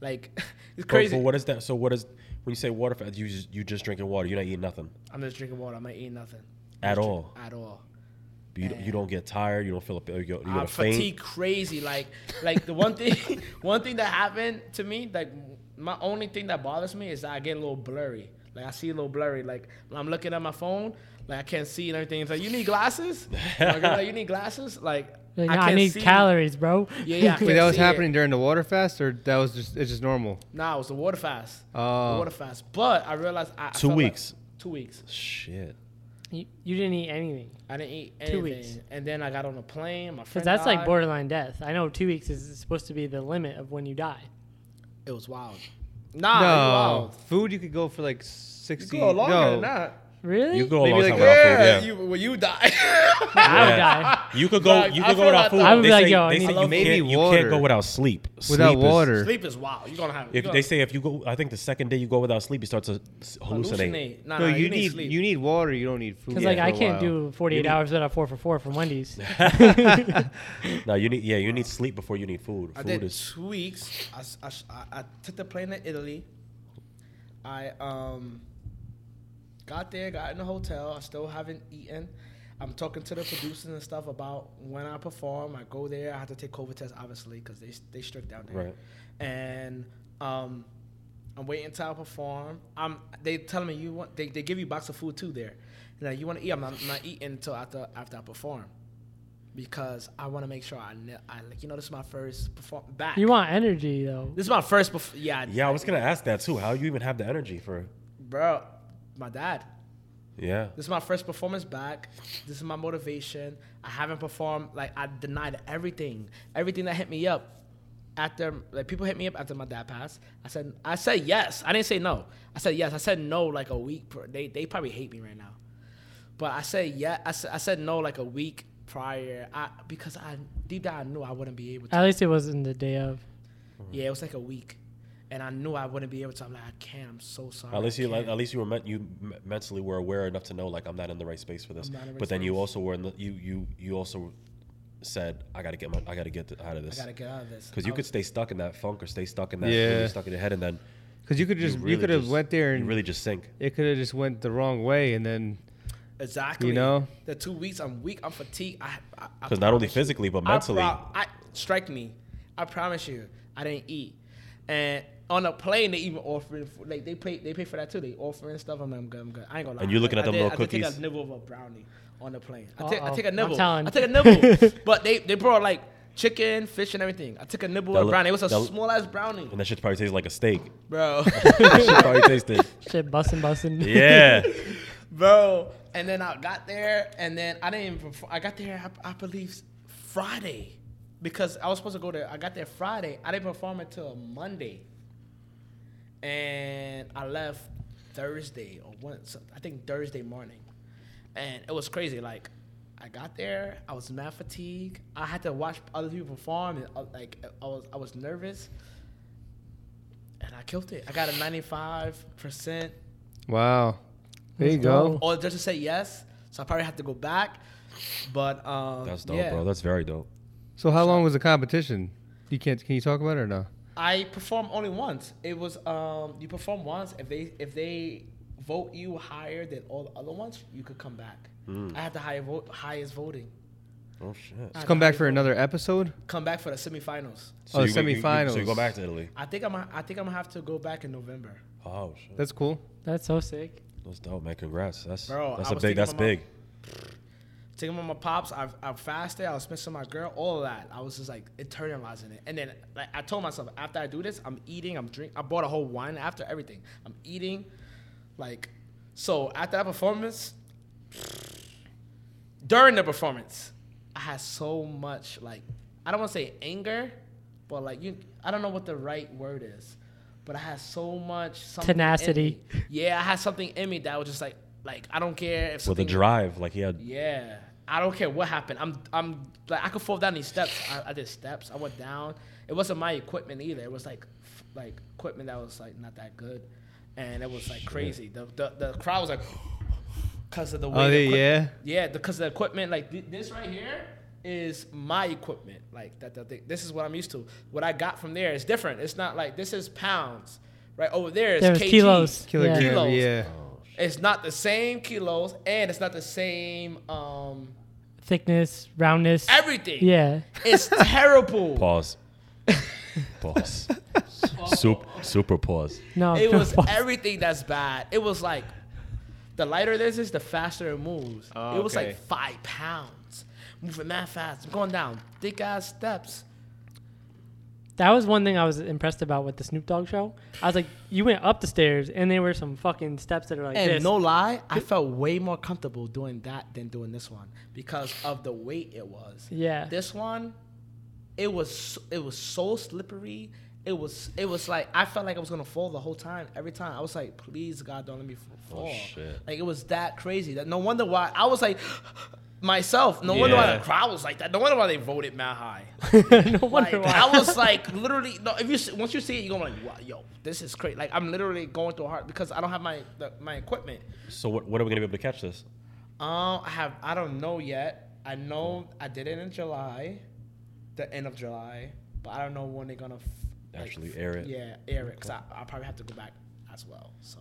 S6: Like (laughs) it's
S4: But- but
S6: crazy.
S4: what is that? So what is when you say water fast? You just, you just drinking water. You're not eating nothing
S6: I'm just drinking water. I'm not eating nothing.
S4: at
S6: Just
S4: all.
S6: drink- At all.
S4: You, don't- you don't get tired. You don't feel. a- You, go- you
S6: I'm
S4: gotta faint.
S6: fatigued crazy. Like like the one thing (laughs) one thing that happened to me, like my only thing that bothers me is that I get a little blurry. Like I see a little blurry. Like when I'm looking at my phone, like I can't see and everything. It's like you
S4: (laughs)
S6: need glasses? Like, like, you need glasses? Like
S2: Like,
S6: I,
S2: nah, I,
S6: can't
S2: need
S6: see.
S2: calories, bro.
S6: Yeah,
S2: (laughs)
S6: yeah. I
S3: Wait,
S6: can't
S3: that was
S6: see it.
S3: happening during the water fast, or that was just it's just normal.
S6: Nah, it was the water fast.
S3: Oh.
S6: the water fast. But I realized I I
S4: Two
S6: felt like-
S4: weeks.
S6: two weeks.
S4: Shit.
S2: You, you didn't eat anything.
S6: I didn't eat anything.
S2: Two weeks.
S6: And then I got on a plane. My friend
S2: Because that's like
S6: died.
S2: borderline death. I know two weeks is supposed to be the limit of when you die.
S6: It was wild. Nah, it was
S3: No,
S6: wild.
S3: food you could go for like sixty.
S6: go longer
S3: no.
S6: than that.
S2: Really?
S4: You go a
S3: Maybe like-
S4: long time without food. Yeah.
S6: You, well, you die.
S2: (laughs) I would
S4: Yeah.
S2: die.
S4: You could go.
S6: Like,
S4: You
S6: I
S4: could go
S6: feel
S4: without
S6: like
S4: food.
S6: that-
S2: I would
S4: they
S2: be like,
S4: say,
S2: yo, I
S4: they
S2: need
S4: say
S2: to
S4: you,
S3: Maybe
S4: can't, you can't
S3: water.
S4: go without sleep.
S3: Without
S4: Sleep is-
S3: water.
S6: (laughs) Sleep is wild. You're gonna have.
S4: if
S6: you're
S4: they
S6: gonna
S4: say if you go, I think the second day you go without sleep, you start to s- hallucinate.
S6: hallucinate. Nah,
S3: No,
S6: nah,
S3: you,
S6: need,
S3: need,
S6: sleep.
S3: you need water. You don't need food.
S2: Because like
S3: for
S2: I
S3: a
S2: can't
S3: while.
S2: do 48 hours without four for four from Wendy's.
S4: No, you need. Yeah, you need sleep before you need food.
S6: I
S4: food
S6: did
S4: is.
S6: two weeks. I, s- I s- I- I took the plane to Italy. I um got there, got in the hotel. I still haven't eaten. I'm talking to the producers and stuff about when I perform. I go there. I have to take COVID tests, obviously, because they they strict down there.
S4: Right.
S6: And um, I'm waiting till I perform. I'm they tell me you want they, they give you a box of food too there. Now you want to eat. I'm not, I'm not eating until after after I perform because I want to make sure I, ne- I like you know this is my first perform back.
S2: you want energy though.
S6: this is my first bef- yeah,
S4: Yeah, I was gonna ask that too. How you even have the energy for?
S6: bro. My dad,
S4: Yeah.
S6: This is my first performance back. This is my motivation. I haven't performed like I denied everything, everything that hit me up. After like people hit me up after my dad passed, I said I said yes. I didn't say no. I said yes. I said no like a week. Pr- they they probably hate me right now, but I said yeah. I said, I said no like a week prior. I because I deep down I knew I wouldn't be able to.
S2: At least it wasn't the day of.
S4: Uh-huh.
S6: Yeah, it was like a week, and I knew I wouldn't be able to. I'm like I can't. I'm so sorry.
S4: At least
S6: I
S4: you,
S6: can't.
S4: at least you were meant, you m- mentally were aware enough to know, like, I'm not in the right space for this.
S6: I'm not in the right
S4: but then you
S6: space.
S4: also were in the, you, you, you also said, I gotta get my, I gotta get th- out of
S6: I
S4: this.
S6: gotta get out of this.
S4: Because you
S6: I
S4: could
S6: was-
S4: stay stuck in that funk or stay stuck in that,
S3: Yeah.
S4: really stuck in your head, and then
S3: Because you could just you,
S4: really
S3: could have
S4: just-
S3: went there
S4: you
S3: and
S4: really just sink.
S3: it could have just went the wrong way and then
S6: Exactly.
S3: You know?
S6: the two weeks I'm weak, I'm fatigued. I, I, I
S4: Because not only
S6: promise you-
S4: physically but
S6: I
S4: mentally.
S6: pro- I strike me. I promise you, I didn't eat. And on a plane, they even offering food. like they pay they pay for that too. They offering stuff. I'm, like, I'm good. I'm good. I ain't gonna lie.
S4: And you're looking
S6: I-
S4: at them
S6: I did,
S4: little
S6: I did take
S4: cookies.
S6: a nibble of a brownie on the plane. I take, I
S2: Uh-oh.
S6: take a
S2: I'm
S6: nibble.
S2: telling.
S6: I take a nibble.
S2: (laughs)
S6: but they they brought like chicken, fish, and everything. I took a nibble
S4: That
S6: of
S4: look-
S6: brownie. It was a
S4: that look-
S6: small ass brownie,
S4: And that shit probably tastes like a steak.
S6: (laughs)
S4: (laughs)
S6: bro.
S4: that shit probably tasted.
S2: Shit, bussin', bussin'.
S6: (laughs)
S4: Yeah.
S6: bro. And then I got there, and then I didn't even. perf- I got there, I, I believe, Friday, because I was supposed to go there. I got there Friday. I didn't perform until Monday, and I left Thursday or one. so- I think Thursday morning, and it was crazy. Like, I got there, I was mad fatigued. I had to watch other people perform, and uh, like I was, I was nervous. And I killed it. I got a 95%
S3: wow. There you
S2: Let's
S3: go.
S6: or just to say yes. So I probably have to go back. But um,
S4: That's dope,
S6: yeah.
S4: bro. That's very dope.
S3: So how long was the competition? You can't can you talk about it or no?
S6: I perform only once. It was um, you perform once. If they if they vote you higher than all the other ones, you could come back.
S4: Hmm.
S6: I had the higher vote, highest voting.
S4: Oh shit.
S6: I
S3: Come
S6: had
S3: back
S6: the
S3: for
S6: highest
S3: another episode?
S6: vote- Come back for the semifinals.
S3: Oh,
S4: you go- you- you- So you
S3: semifinals.
S4: go back to Italy.
S6: I think I'm. I think I'm gonna have to go back in November,
S4: Oh shit.
S3: That's cool.
S2: (laughs) That's so sick.
S4: That's dope, man. Congrats. That's
S6: Bro,
S4: that's
S6: I
S4: a
S6: was
S4: big.
S6: thinking
S4: That's
S6: about-
S4: big.
S6: Taking with my pops, I've, I've fasted. I was missing my girl. All of that. I was just like internalizing it. And then like I told myself, after I do this, I'm eating. I'm drink. I bought a whole wine after everything. I'm eating, like, so after that performance, (sniffs) during the performance, I had so much like I don't want to say anger, but like you, I don't know what the right word is, but I had so much something in
S2: Tenacity.
S6: me. Yeah, I had something in me that was just like like I don't care if
S4: With a
S6: something
S4: drive, like he had.
S6: yeah. I don't care what happened. I'm I'm like I could fall down these steps. I, I did steps. I went down. It wasn't my equipment either. It was like f- like equipment that was like not that good, and it was like crazy. The the, the crowd was like (gasps) because of the way.
S3: Oh,
S6: the
S3: they-
S6: equip-
S3: yeah?
S6: Yeah, because the equipment like thi- this right here is my equipment. Like that, that thing. this is what I'm used to. What I got from there is different. It's not like this is pounds. Right over there is
S2: There was
S6: kgs.
S2: kilos.
S3: Kilogram,
S6: Kilos.
S3: yeah.
S6: It's not the same kilos, and it's not the same um,
S2: Thickness, roundness.
S6: everything.
S2: Yeah.
S6: it's terrible. (laughs)
S4: Pause. (laughs) pause. Super super pause.
S2: No.
S6: It
S2: no (laughs)
S6: was
S2: pause.
S6: everything that's bad. It was like the lighter this is, the faster it moves.
S7: Oh,
S6: it was
S7: okay.
S6: like five pounds, moving that fast, going down thick ass steps.
S2: That was one thing I was impressed about with the Snoop Dogg show. I was like, you went up the stairs and there were some fucking steps that are like
S6: And
S2: this.
S6: no lie, I felt way more comfortable doing that than doing this one because of the weight it was.
S2: Yeah.
S6: This one, it was it was so slippery. It was it was like I felt like I was gonna fall the whole time. Every time I was like, please God, don't let me f- fall.
S4: Oh, shit.
S6: Like it was that crazy. That no wonder why I was like. (sighs) Myself, no wonder why
S4: Yeah.
S6: the crowd was like that. No wonder why they voted mad high.
S2: (laughs) no (laughs) wonder
S6: Like,
S2: why.
S6: I
S2: (laughs)
S6: was like, literally, no. If you s- once you see it, you're gonna be like, wow, yo, this is crazy. Like, I'm literally going through hard because I don't have my the, my equipment.
S4: So what, when are we gonna be able to catch this?
S6: Um, I have I don't know yet. I know I did it in July, the end of July, but I don't know when they're gonna f- like,
S4: Actually air it.
S6: Yeah, air it because I I probably have to go back as well. So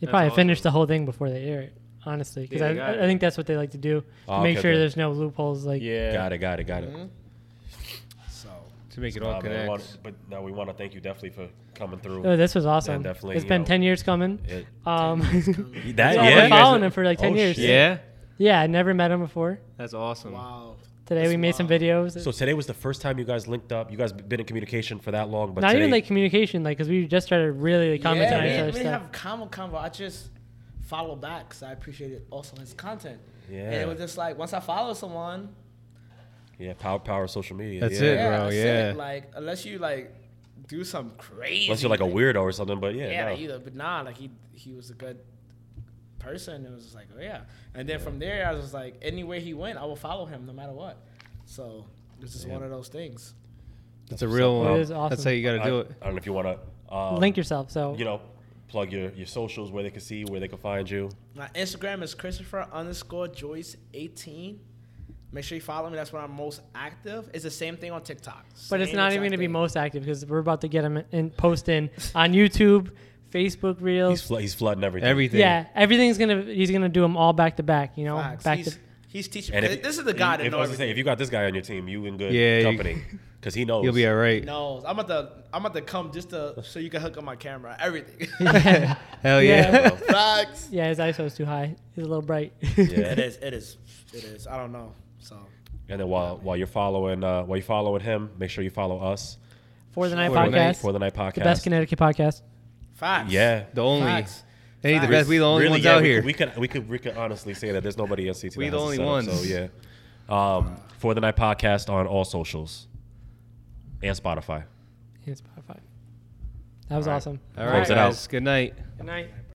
S2: They probably finish the whole thing before they air it, honestly, because
S7: Yeah, they
S2: I,
S7: got
S2: I
S7: it.
S2: think that's what they like to do to
S4: Oh,
S2: make
S4: okay,
S2: sure
S4: okay.
S2: there's no loopholes. Like,
S7: Yeah.
S4: Got it. Got it. Got it.
S3: Mm-hmm.
S6: so
S3: To make it
S4: Nah,
S3: all
S4: man, I
S3: connect.
S4: want- but now we want to thank you definitely for coming through.
S2: oh, this was awesome.
S4: definitely,
S2: it's
S4: you
S2: been
S4: know,
S2: ten years coming.
S4: it-
S2: um, (laughs)
S4: that
S2: I've
S4: yeah.
S2: been following him for like ten
S4: Oh,
S2: years.
S4: shit.
S7: Yeah,
S2: Yeah, I never met him before.
S7: that's awesome.
S6: wow,
S2: Today we made some videos.
S4: So today was the first time you guys linked up. You guys been in communication for that long, but
S2: Not
S4: today,
S2: even like communication, like because we just started really like, commenting
S6: yeah,
S2: on each
S6: we,
S2: other's
S6: we
S2: stuff.
S6: have common convo. I just follow back because I appreciated also his content. And
S4: Yeah.
S6: it was just like once I follow someone,
S4: Yeah, power, power of social media.
S3: That's
S4: yeah.
S3: it.
S6: yeah,
S3: bro,
S6: that's it.
S3: yeah.
S6: Like unless you like do some crazy.
S4: Unless you're like a weirdo or something, but yeah,
S6: yeah,
S4: no.
S6: like, either. But nah, like he he was a good person. It was just like oh yeah. And then from there, I was just like anywhere he went, I will follow him no matter what. So it's just one of those things.
S3: That's a real.
S2: That
S3: uh,
S2: is awesome.
S3: That's how you got
S4: I,
S3: to do it.
S4: I don't know if you want to, um,
S2: Link yourself. So
S4: you know, plug your, your socials where they can see you, where they can find you.
S6: My Instagram is Christopher underscore Joyce eighteen. Make sure you follow me. That's where I'm most active. It's the same thing on TikTok.
S2: But it's
S6: Same
S2: not
S6: exact
S2: even going to be
S6: thing.
S2: most active because we're about to get him in post in on YouTube, Facebook
S4: He's,
S2: Reels.
S4: flo- he's flooding everything.
S3: Everything.
S2: yeah, everything's gonna he's gonna do them all back to back. You know,
S6: Facts.
S2: back
S6: He's,
S2: to
S6: he's teaching.
S4: And if,
S6: this is the guy that
S4: if, I
S6: knows.
S4: was to say, if you got this guy on your team, you in good
S3: Yeah, you- (laughs)
S4: company because he knows.
S3: You'll be all right.
S6: knows. I'm about to. I'm about to come just to so you can hook up my camera.
S2: (laughs)
S6: Everything.
S3: Hell
S2: Yeah.
S3: yeah.
S4: (laughs)
S6: Facts.
S2: yeah. His ISO's too high. He's a little bright.
S3: (laughs)
S4: Yeah.
S6: It is. It is. It is. I don't know. So
S4: And then while while you're following uh, while you're following him, make sure you follow us
S2: (laughs) For the night
S3: For the
S2: podcast,
S3: Night-
S4: for the night podcast.
S2: the best Connecticut podcast.
S6: facts.
S4: yeah.
S3: The only.
S6: Facts.
S3: Hey, the
S6: Facts.
S3: best. We the only
S4: Really,
S3: ones
S4: yeah,
S3: out
S4: we
S3: here.
S4: Could, we could we could we could honestly say that there's nobody at CT.
S3: We
S4: that
S3: the
S4: has
S3: only
S4: this setup,
S3: ones.
S4: So yeah. Um, for the night podcast on all socials and Spotify.
S2: and Spotify. That was awesome.
S3: All right,
S4: Close it out.
S3: guys. Good night.
S2: Good night.